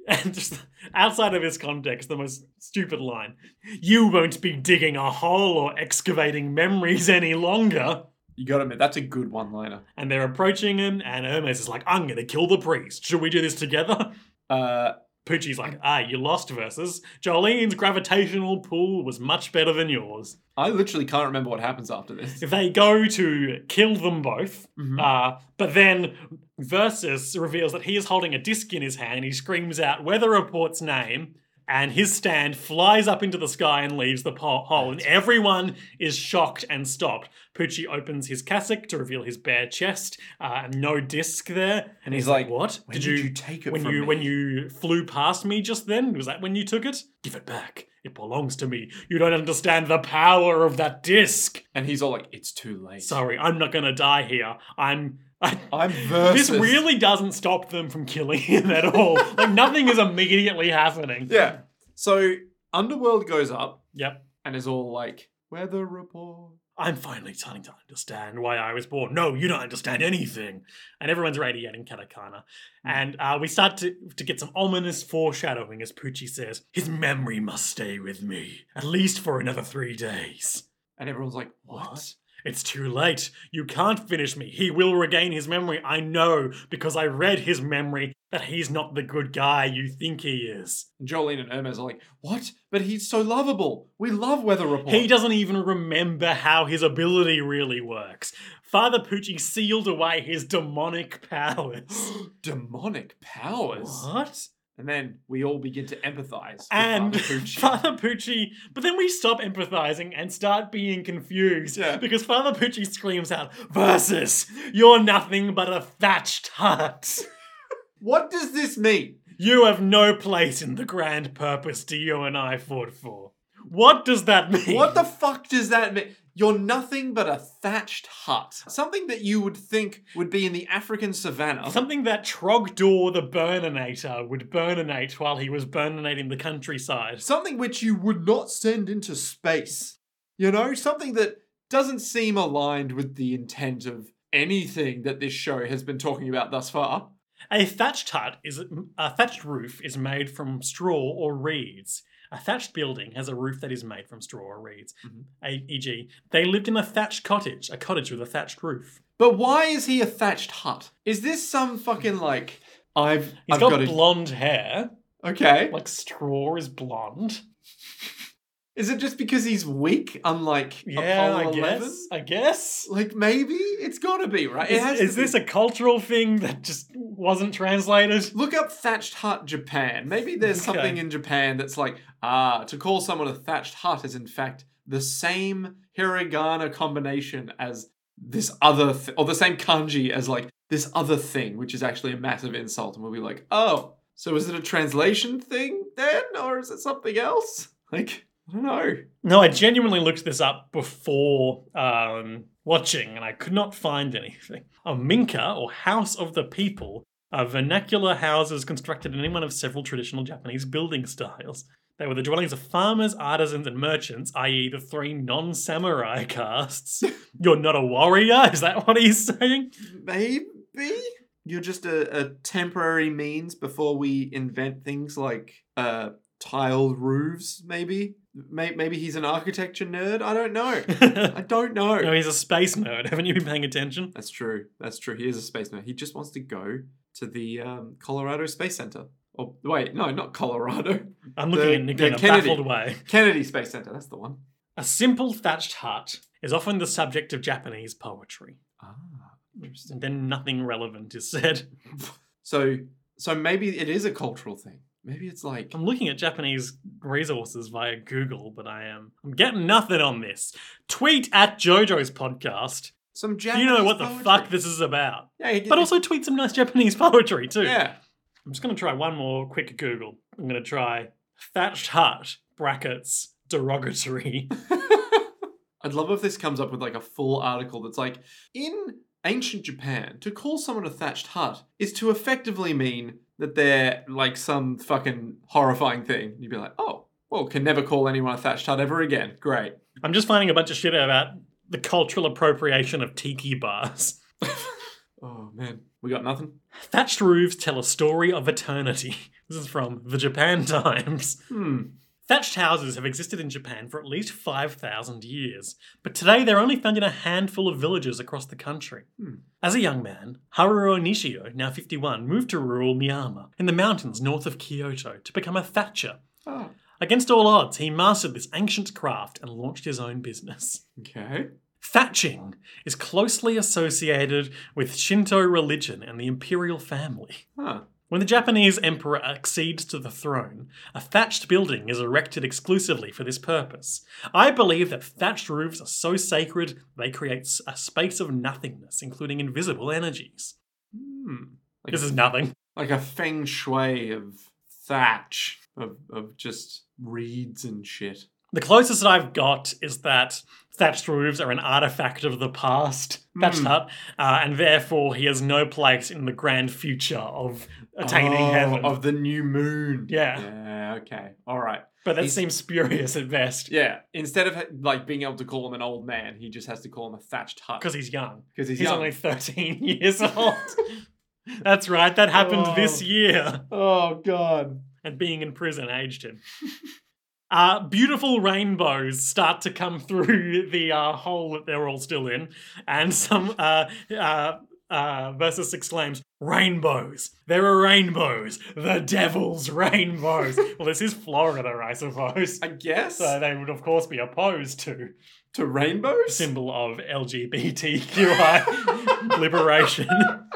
S2: and just outside of his context, the most stupid line: "You won't be digging a hole or excavating memories any longer."
S1: You gotta admit, that's a good one liner.
S2: And they're approaching him, and Hermes is like, I'm gonna kill the priest. Should we do this together? (laughs)
S1: Uh,
S2: Poochie's like, ah, you lost versus. Jolene's gravitational pull was much better than yours.
S1: I literally can't remember what happens after this.
S2: They go to kill them both,
S1: Mhm.
S2: uh, but then Versus reveals that he is holding a disc in his hand and he screams out Weather Report's name, and his stand flies up into the sky and leaves the po- hole, and everyone is shocked and stopped. Poochie opens his cassock to reveal his bare chest, uh, and no disc there, and he's,
S1: he's
S2: like,
S1: like,
S2: What?
S1: When did you, take it
S2: when
S1: from
S2: you
S1: me?
S2: when you flew past me just then was that when you took it give it back it belongs to me you don't understand the power of that disc
S1: and he's all like, it's too late.
S2: sorry i'm not gonna die here i'm (laughs) I,
S1: I'm
S2: this
S1: versus.
S2: really doesn't stop them from killing him at
S1: (laughs)
S2: all like nothing is immediately happening
S1: Yeah. So Underworld goes up
S2: yep
S1: and is all like, weather report.
S2: i'm finally starting to understand why i was born no you don't understand anything and everyone's radiating katakana
S1: Hmm.
S2: and uh, we start to, to get some ominous foreshadowing as Poochie says his memory must stay with me at least for another three days
S1: And everyone's like, what?
S2: What? It's too late. You can't finish me. He will regain his memory. I know because I read his memory that he's not the good guy you think he is.
S1: And Jolene and Hermes are like, what? But he's so lovable. We love weather report.
S2: He doesn't even remember how his ability really works. Father Poochie sealed away his
S1: (gasps)
S2: demonic powers.
S1: Demonic powers.
S2: what?
S1: And then we all begin to empathize. with
S2: And
S1: Father
S2: (laughs)
S1: Pucci.
S2: Father Pucci, but then we stop empathizing and start being confused
S1: Yeah.
S2: because Father Pucci screams out, Versus, you're nothing but a thatched hut.
S1: what does this mean?
S2: You have no place in the grand purpose Dio and I fought for. What does that mean?
S1: What the fuck does that mean? You're nothing but a thatched hut. Something that you would think would be in the African savannah.
S2: Something that Trogdor the Burninator would burninate while he was burninating the countryside.
S1: Something which you would not send into space. You know, something that doesn't seem aligned with the intent of anything that this show has been talking about thus far.
S2: A thatched hut is a thatched roof is made from straw or reeds. A thatched building has a roof that is made from straw or reeds.
S1: Mhm.
S2: A- E.g., they lived in a thatched cottage, a cottage with a thatched roof.
S1: But why is he a thatched hut? Is this some fucking like I've
S2: He's
S1: I've
S2: got,
S1: got, a
S2: blonde hair,
S1: okay?
S2: like straw is blonde.
S1: Is it just because he's weak? Unlike
S2: Yeah,
S1: Apollo
S2: I guess.
S1: 11?
S2: I guess.
S1: Like maybe it's gotta be right. It
S2: Is,
S1: has to
S2: is
S1: be.
S2: this a cultural thing that just wasn't translated?
S1: Look up thatched hut Japan. Maybe there's
S2: Okay.
S1: something in Japan that's like, ah, to call someone a thatched hut is in fact the same hiragana combination as this other, th- or the same kanji as like this other thing, which is actually a massive insult. And we'll be like, oh, so is it a translation thing then? Or is it something else? Like, I don't know.
S2: No, I genuinely looked this up before um, watching and I could not find anything. A minka, or house of the people, are vernacular houses constructed in one of several traditional Japanese building styles. They were the dwellings of farmers, artisans, and merchants, i.e., the three non samurai (laughs) castes. You're not a warrior? Is that what he's saying? (laughs)
S1: Maybe you're just a, a temporary means before we invent things like uh, tiled roofs. Maybe, May- maybe he's an architecture nerd. I don't know. I
S2: (laughs) no,
S1: don't know.
S2: he's a space nerd. Haven't you been paying attention?
S1: That's true. That's true. He is a space nerd. He just wants to go to the um, Colorado Space Center. Oh wait, no, not Colorado. (laughs)
S2: I'm looking
S1: The-
S2: at Nick
S1: the
S2: in a
S1: Kennedy.
S2: baffled way.
S1: Kennedy Space Center. That's the one.
S2: A simple thatched hut is often the subject of Japanese poetry.
S1: Ah,
S2: And
S1: interesting.
S2: then nothing relevant is said. (laughs)
S1: So, so maybe it is a cultural thing. Maybe it's like
S2: I'm looking at Japanese resources via Google, but I am I'm getting nothing on this. Tweet at JoJo's podcast.
S1: some
S2: Do
S1: Japanese.
S2: you know what the
S1: poetry.
S2: fuck this is about?
S1: Yeah, he did-
S2: But also tweet some nice Japanese (laughs) poetry too.
S1: yeah.
S2: I'm just gonna try one more quick Google. I'm gonna try thatched hut brackets derogatory. (laughs)
S1: I'd love if this comes up with like a full article that's like in ancient Japan to call someone a thatched hut is to effectively mean that they're like some fucking horrifying thing. You'd be like, oh, well, can never call anyone a thatched hut ever again. Great.
S2: I'm just finding a bunch of shit about the cultural appropriation of tiki bars.
S1: Oh man, we got nothing.
S2: Thatched roofs tell a story of eternity. (laughs) This is from the Japan (laughs) Times.
S1: Hmm.
S2: Thatched houses have existed in Japan for at least 5,000 years, but today they're only found in a handful of villages across the country.
S1: Hmm.
S2: As a young man, Haruo Nishio, now 51, moved to rural Miyama in the mountains north of Kyoto to become a thatcher.
S1: Ah,
S2: Against all odds, he mastered this ancient craft and launched his own business.
S1: okay.
S2: Thatching is closely associated with Shinto religion and the imperial family.
S1: Huh.
S2: When the Japanese emperor accedes to the throne, a thatched building is erected exclusively for this purpose. I believe that thatched roofs are so sacred they create s- a space of nothingness, including invisible energies.
S1: Hmm. Like,
S2: This is nothing.
S1: like a feng shui of thatch of of just reeds and shit.
S2: The closest that I've got is that thatched roofs are an artifact of the past, thatched
S1: Hmm.
S2: hut, uh, and therefore he has no place in the grand future of attaining
S1: Oh,
S2: heaven.
S1: of the new moon.
S2: Yeah.
S1: Yeah. Okay. All right.
S2: but that
S1: he's-
S2: seems spurious at best
S1: Yeah. Instead of like being able to call him an old man, he just has to call him a thatched hut
S2: because he's young.
S1: because he's,
S2: He's
S1: young.
S2: only 13 (laughs) years old. That's right, that happened this
S1: Oh.
S2: year.
S1: oh god.
S2: And being in prison aged him. Uh, beautiful rainbows start to come through the uh, hole that they're all still in, and some uh, uh, uh, Versus exclaims, Rainbows! There are rainbows! The devil's
S1: (laughs)
S2: rainbows! well, this is Florida, I suppose.
S1: I guess
S2: So they would, of course, be opposed to
S1: to rainbows.
S2: symbol of LGBTQI liberation.
S1: (laughs)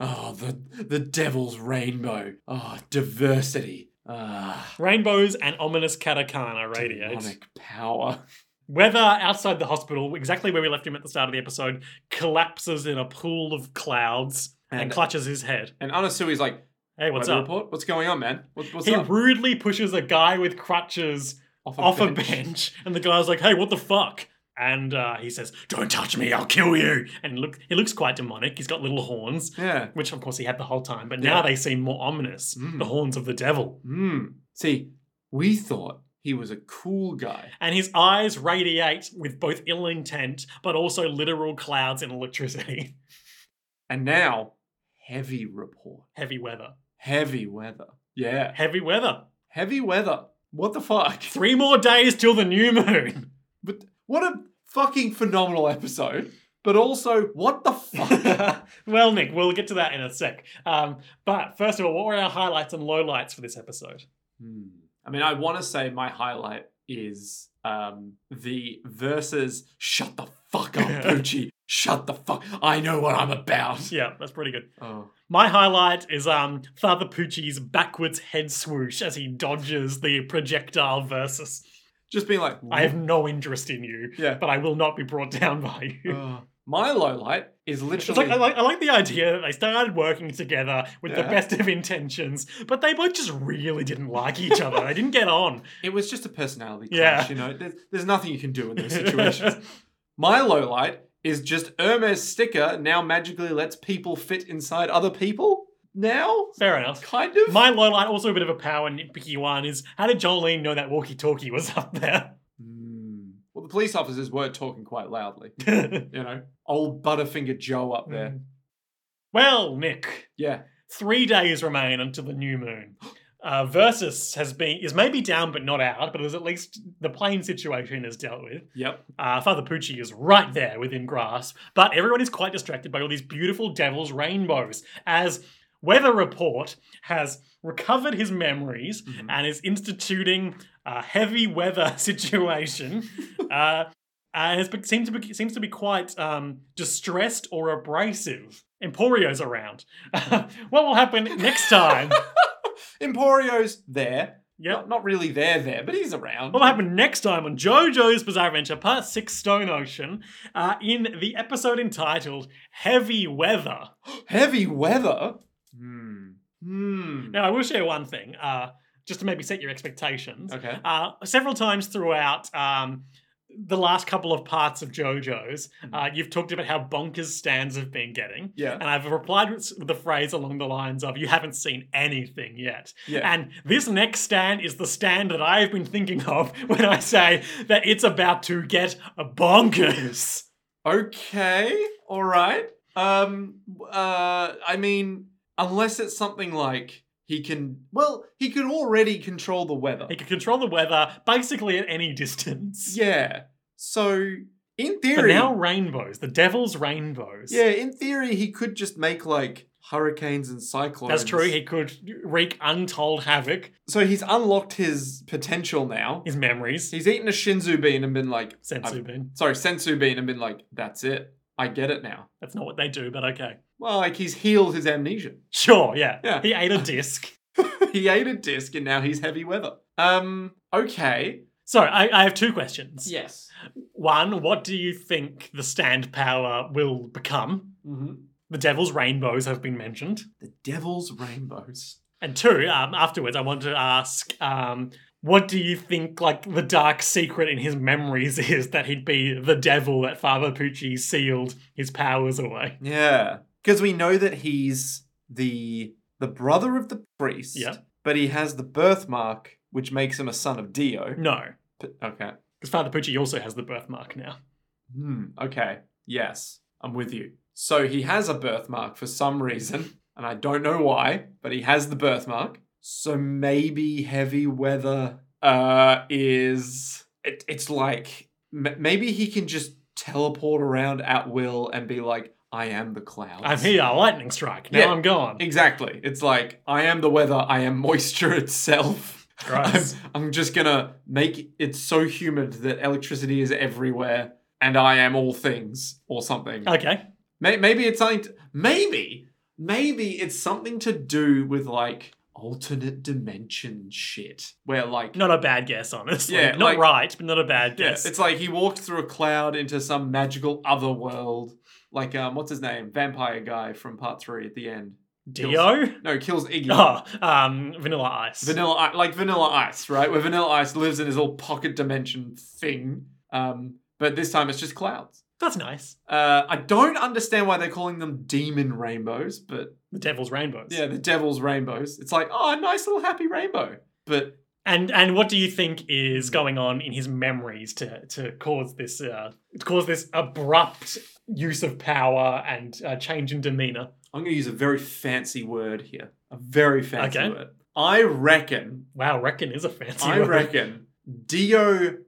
S1: oh, the the devil's rainbow. Oh, diversity. Ah,
S2: Rainbows and ominous katakana radiate.
S1: demonic power.
S2: Weather outside the hospital, exactly where we left him at the start of the episode, collapses in a pool of clouds and,
S1: And-
S2: clutches his head.
S1: And Anasui's like,
S2: Hey, what's
S1: weather
S2: up?
S1: report? What's going on, man? What, what's
S2: he
S1: up?
S2: rudely pushes a guy with crutches off a bench, and the guy's like, "Hey, what the fuck?" And uh, he says, "Don't touch me, I'll kill you." And look, he looks quite demonic. He's got little horns,
S1: Yeah.
S2: which of course he had the whole time, but
S1: Yeah.
S2: now they seem more ominous.
S1: Mm.
S2: The horns of the devil.
S1: Hmm. See, we thought he was a cool guy.
S2: and his eyes radiate with both ill intent but also literal clouds and electricity. (laughs)
S1: And now, heavy report.
S2: Heavy weather.
S1: Heavy weather. Yeah.
S2: Heavy weather.
S1: Heavy weather. What the fuck? (laughs)
S2: Three more days till the new moon. (laughs)
S1: But what a fucking phenomenal episode. But also, what the fuck?
S2: (laughs) well, Nick, we'll get to that in a sec. Um, but first of all, what were our highlights and lowlights for this episode?
S1: Hmm. I mean, I want to say my highlight is um, the versus shut the fuck up, Poochie. Shut the fuck. I know what I'm about.
S2: Yeah, that's pretty good.
S1: Oh.
S2: My highlight is um, Father Poochie's backwards head swoosh as he dodges the projectile versus.
S1: Just being like,
S2: I have no interest in you, (laughs)
S1: yeah.
S2: but I will not be brought down by you.
S1: Oh. my low light is literally.
S2: It's like, I, like, I like the idea that they started working together with the
S1: Yeah.
S2: best of intentions, but they both just really didn't like each other. They didn't get on.
S1: It was just a personality
S2: Yeah.
S1: clash, you know. There's, there's nothing you can do
S2: (laughs)
S1: in (laughs) those situations. My low light is just Hermes sticker now magically lets people fit inside other people. now,
S2: Fair enough.
S1: kind of.
S2: My low line, also a bit of a power nitpicky one, is how did Jolene know that walkie talkie was up there?
S1: Hmm. Well, the police officers were talking quite loudly.
S2: Mm.
S1: You know, old Butterfinger Joe up there.
S2: (laughs) Well, Nick,
S1: Yeah.
S2: three days remain until the new moon. Uh, Versus has been is maybe down but not out, but is at least the plane situation is dealt with.
S1: Yep.
S2: Uh, Father Pucci is right there within grasp, but everyone is quite distracted by all these beautiful devil's rainbows as Weather Report has recovered his memories
S1: Mhm.
S2: and is instituting a heavy weather (laughs) situation. uh, and has be- seems to be seems to be quite um, distressed or abrasive. Emporio's around. (laughs) what will happen next time?
S1: (laughs) Emporio's there.
S2: yep.
S1: Not, not really there, there, but he's around.
S2: What will happen next time on JoJo's Bizarre Adventure Part Six: Stone Ocean? Uh, in the episode entitled "Heavy Weather."
S1: Heavy weather. Hmm. Hmm.
S2: Now, I will share one thing, uh, just to maybe set your expectations.
S1: Okay.
S2: uh, several times throughout um, the last couple of parts of JoJo's, uh, you've talked about how bonkers stands have been getting.
S1: Yeah.
S2: And I've replied with s- with the phrase along the lines of, you haven't seen anything yet.
S1: Yeah.
S2: And this next stand is the stand that I've been thinking of when I say that it's about to get bonkers.
S1: okay. All right. Um. Uh. I mean, unless it's something like he can. Well, he could already control the weather.
S2: It can control the weather basically at any distance.
S1: Yeah. So in
S2: But
S1: theory,
S2: now rainbows, the devil's rainbows.
S1: yeah, in theory, he could just make like hurricanes and cyclones.
S2: That's true. He could wreak untold havoc.
S1: so he's unlocked his potential now.
S2: His memories.
S1: He's eaten a shinzu bean and been like,
S2: Sensu
S1: I've-
S2: bin.
S1: sorry, sensu bean and been like, that's it. I get it now.
S2: That's not what they do, but okay.
S1: Well, like he's healed his amnesia.
S2: Sure, yeah.
S1: Yeah.
S2: He ate a disc.
S1: he ate a disc and now he's heavy weather. Um. Okay.
S2: So I, I have two questions.
S1: Yes.
S2: One, what do you think the stand power will become?
S1: hmm
S2: The devil's rainbows have been mentioned.
S1: The devil's rainbows.
S2: And two, um, afterwards, I want to ask, um, what do you think, like, the dark secret in his memories (laughs) is that he'd be the devil that Father Pucci sealed his powers away?
S1: Yeah, because we know that he's the the brother of the priest.
S2: Yeah.
S1: But he has the birthmark, which makes him a son of Dio.
S2: No,
S1: P- Okay.
S2: because Father Pucci also has the birthmark now.
S1: Hmm. Okay. Yes, I'm with you. So he has a birthmark for some reason, and I don't know why, but he has the birthmark. So maybe heavy weather uh is it, it's like m- maybe he can just teleport around at will and be like, I am the clouds.
S2: I'm here, lightning strike. Now
S1: Yeah.
S2: I'm gone.
S1: Exactly. It's like I am the weather. I am moisture (laughs) itself. I'm,
S2: Gross.
S1: (laughs) I'm just gonna make it so humid that electricity is everywhere, and I am all things or something.
S2: Okay.
S1: May- maybe it's something. to- maybe maybe it's something to do with like alternate dimension shit, where like
S2: Not a bad guess, honestly.
S1: Yeah,
S2: not
S1: like-
S2: right, but not a bad
S1: yeah,
S2: guess.
S1: it's like he walked through a cloud into some magical other world. Like um, what's his name? Vampire guy from part three at the end.
S2: Dio?
S1: No, kills Iggy.
S2: (laughs) Oh, um, Vanilla Ice.
S1: Vanilla, I- like Vanilla Ice, right? Where Vanilla Ice lives in his little pocket dimension thing, um, but this time it's just clouds.
S2: That's nice.
S1: Uh, I don't understand why they're calling them demon rainbows, but
S2: The Devil's Rainbows.
S1: yeah, the devil's rainbows. It's like, oh, a nice little happy rainbow. But
S2: And and what do you think is going on in his memories to to cause this uh to cause this abrupt use of power and uh, change in demeanor?
S1: I'm going to use a very fancy word here. A very fancy
S2: Okay.
S1: word. I reckon,
S2: Wow, reckon is a fancy
S1: I
S2: word.
S1: reckon Dio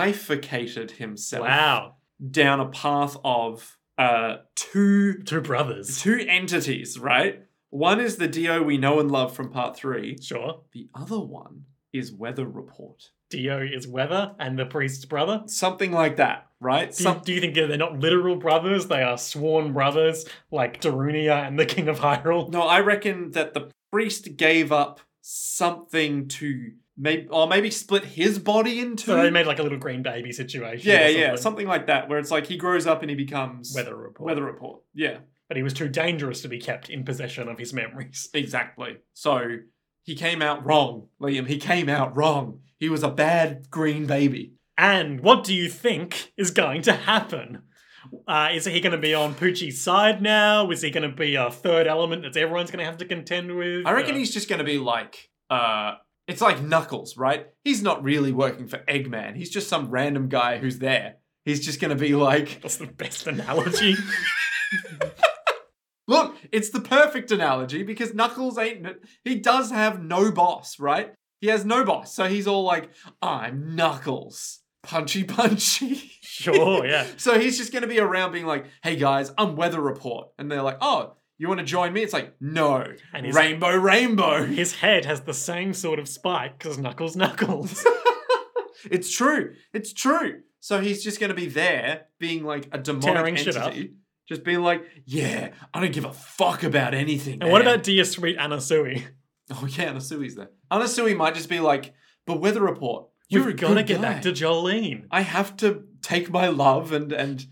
S1: bifurcated himself
S2: Wow,
S1: down a path of uh, two
S2: two brothers.
S1: two entities, right? One is the Dio we know and love from part three.
S2: Sure,
S1: The other one is Weather Report.
S2: Dio is weather and the priest's brother.
S1: Something like that, right?
S2: Do you,
S1: Some,
S2: do you think they're not literal brothers? They are sworn brothers, like Darunia and the King of Hyrule.
S1: no, I reckon that the priest gave up something to maybe, or maybe split his body into.
S2: So they made like a little green baby situation.
S1: yeah,
S2: or
S1: yeah,
S2: something.
S1: something like that, where it's like he grows up and he becomes
S2: weather report.
S1: Weather Report. Yeah,
S2: But he was too dangerous to be kept in possession of his memories.
S1: exactly. So he came out wrong, Liam. He came out wrong. He was a bad green baby.
S2: And what do you think is going to happen? Uh, is he going to be on Poochie's side now? Is he going to be a third element that's everyone's going to have to contend with?
S1: I reckon
S2: Uh,
S1: he's just going to be like, uh, it's like Knuckles, right? He's not really working for Eggman. He's just some random guy who's there. He's just going to be like,
S2: that's the
S1: (laughs)
S2: best analogy.
S1: look, it's the perfect analogy because Knuckles ain't, he does have no boss, right? He has no boss. So he's all like, I'm Knuckles. Punchy, punchy. (laughs)
S2: sure, yeah.
S1: So he's just going to be around being like, hey guys, I'm Weather Report. And they're like, oh, you want to join me? It's like, no.
S2: And he's-
S1: rainbow, rainbow.
S2: His head has the same sort of spike because Knuckles Knuckles.
S1: (laughs) It's true. It's true. So he's just going to be there being like a demonic
S2: Tearing
S1: entity.
S2: shit up.
S1: Just being like, yeah, I don't give a fuck about anything.
S2: And what
S1: man."
S2: about dear sweet Anasui?
S1: Oh, yeah, Anasui's there. Anasui might just be like, but weather report. You're
S2: We've
S1: a
S2: got to
S1: good
S2: get
S1: guy.
S2: back to Jolene.
S1: I have to take my love and and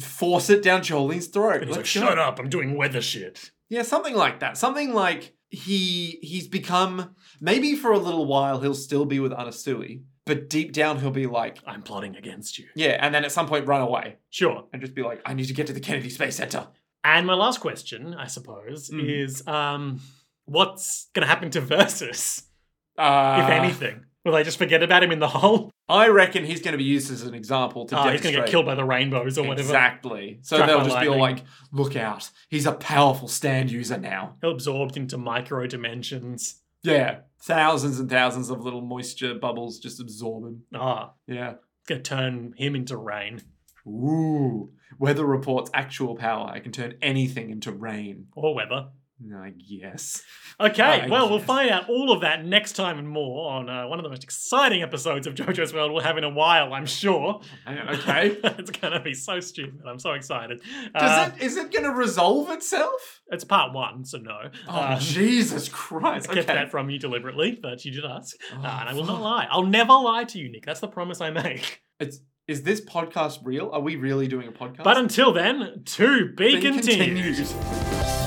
S1: force it down Jolene's throat.
S2: And he's like,
S1: Let's go."
S2: shut up, I'm doing weather shit.
S1: Yeah, something like that. Something like he he's become maybe for a little while he'll still be with Anasui, but deep down he'll be like,
S2: I'm plotting against you.
S1: yeah, and then at some point run away.
S2: Sure.
S1: and just be like, I need to get to the Kennedy Space Center.
S2: And my last question, I suppose,
S1: Mm.
S2: is um, what's going to happen to Versus,
S1: Uh,
S2: if anything? Will they just forget about him in the hole?
S1: I reckon he's going to be used as an example to
S2: Oh, he's
S1: demonstrate.
S2: going to get killed by the rainbows or whatever.
S1: Exactly. So
S2: Struck
S1: they'll
S2: by
S1: just be
S2: lightning.
S1: like, look out, he's a powerful stand user now.
S2: He'll absorbed into micro dimensions.
S1: Yeah, thousands and thousands of little moisture bubbles just absorb him.
S2: Ah,
S1: Yeah.
S2: it's going to turn him into rain.
S1: Ooh. Weather reports actual power. I can turn anything into rain.
S2: Or weather.
S1: I guess. (laughs)
S2: Okay,
S1: I
S2: well, we'll
S1: guess.
S2: find out all of that next time and more on uh, one of the most exciting episodes of JoJo's World we'll have in a while, I'm sure.
S1: Eh, Okay.
S2: (laughs) it's going to be so stupid. I'm so excited. Uh,
S1: Does it is it going to resolve itself?
S2: It's part one, so no.
S1: Oh
S2: Uh, (laughs)
S1: Jesus
S2: I
S1: Christ!
S2: kept
S1: Okay.
S2: that from you deliberately, but you did ask.
S1: Oh,
S2: Uh, and I will
S1: fuck.
S2: not lie. I'll never lie to you, Nick. That's the promise I make.
S1: It's is this podcast real? Are we really doing a podcast?
S2: But until then, to be
S1: Being
S2: continued.
S1: continued.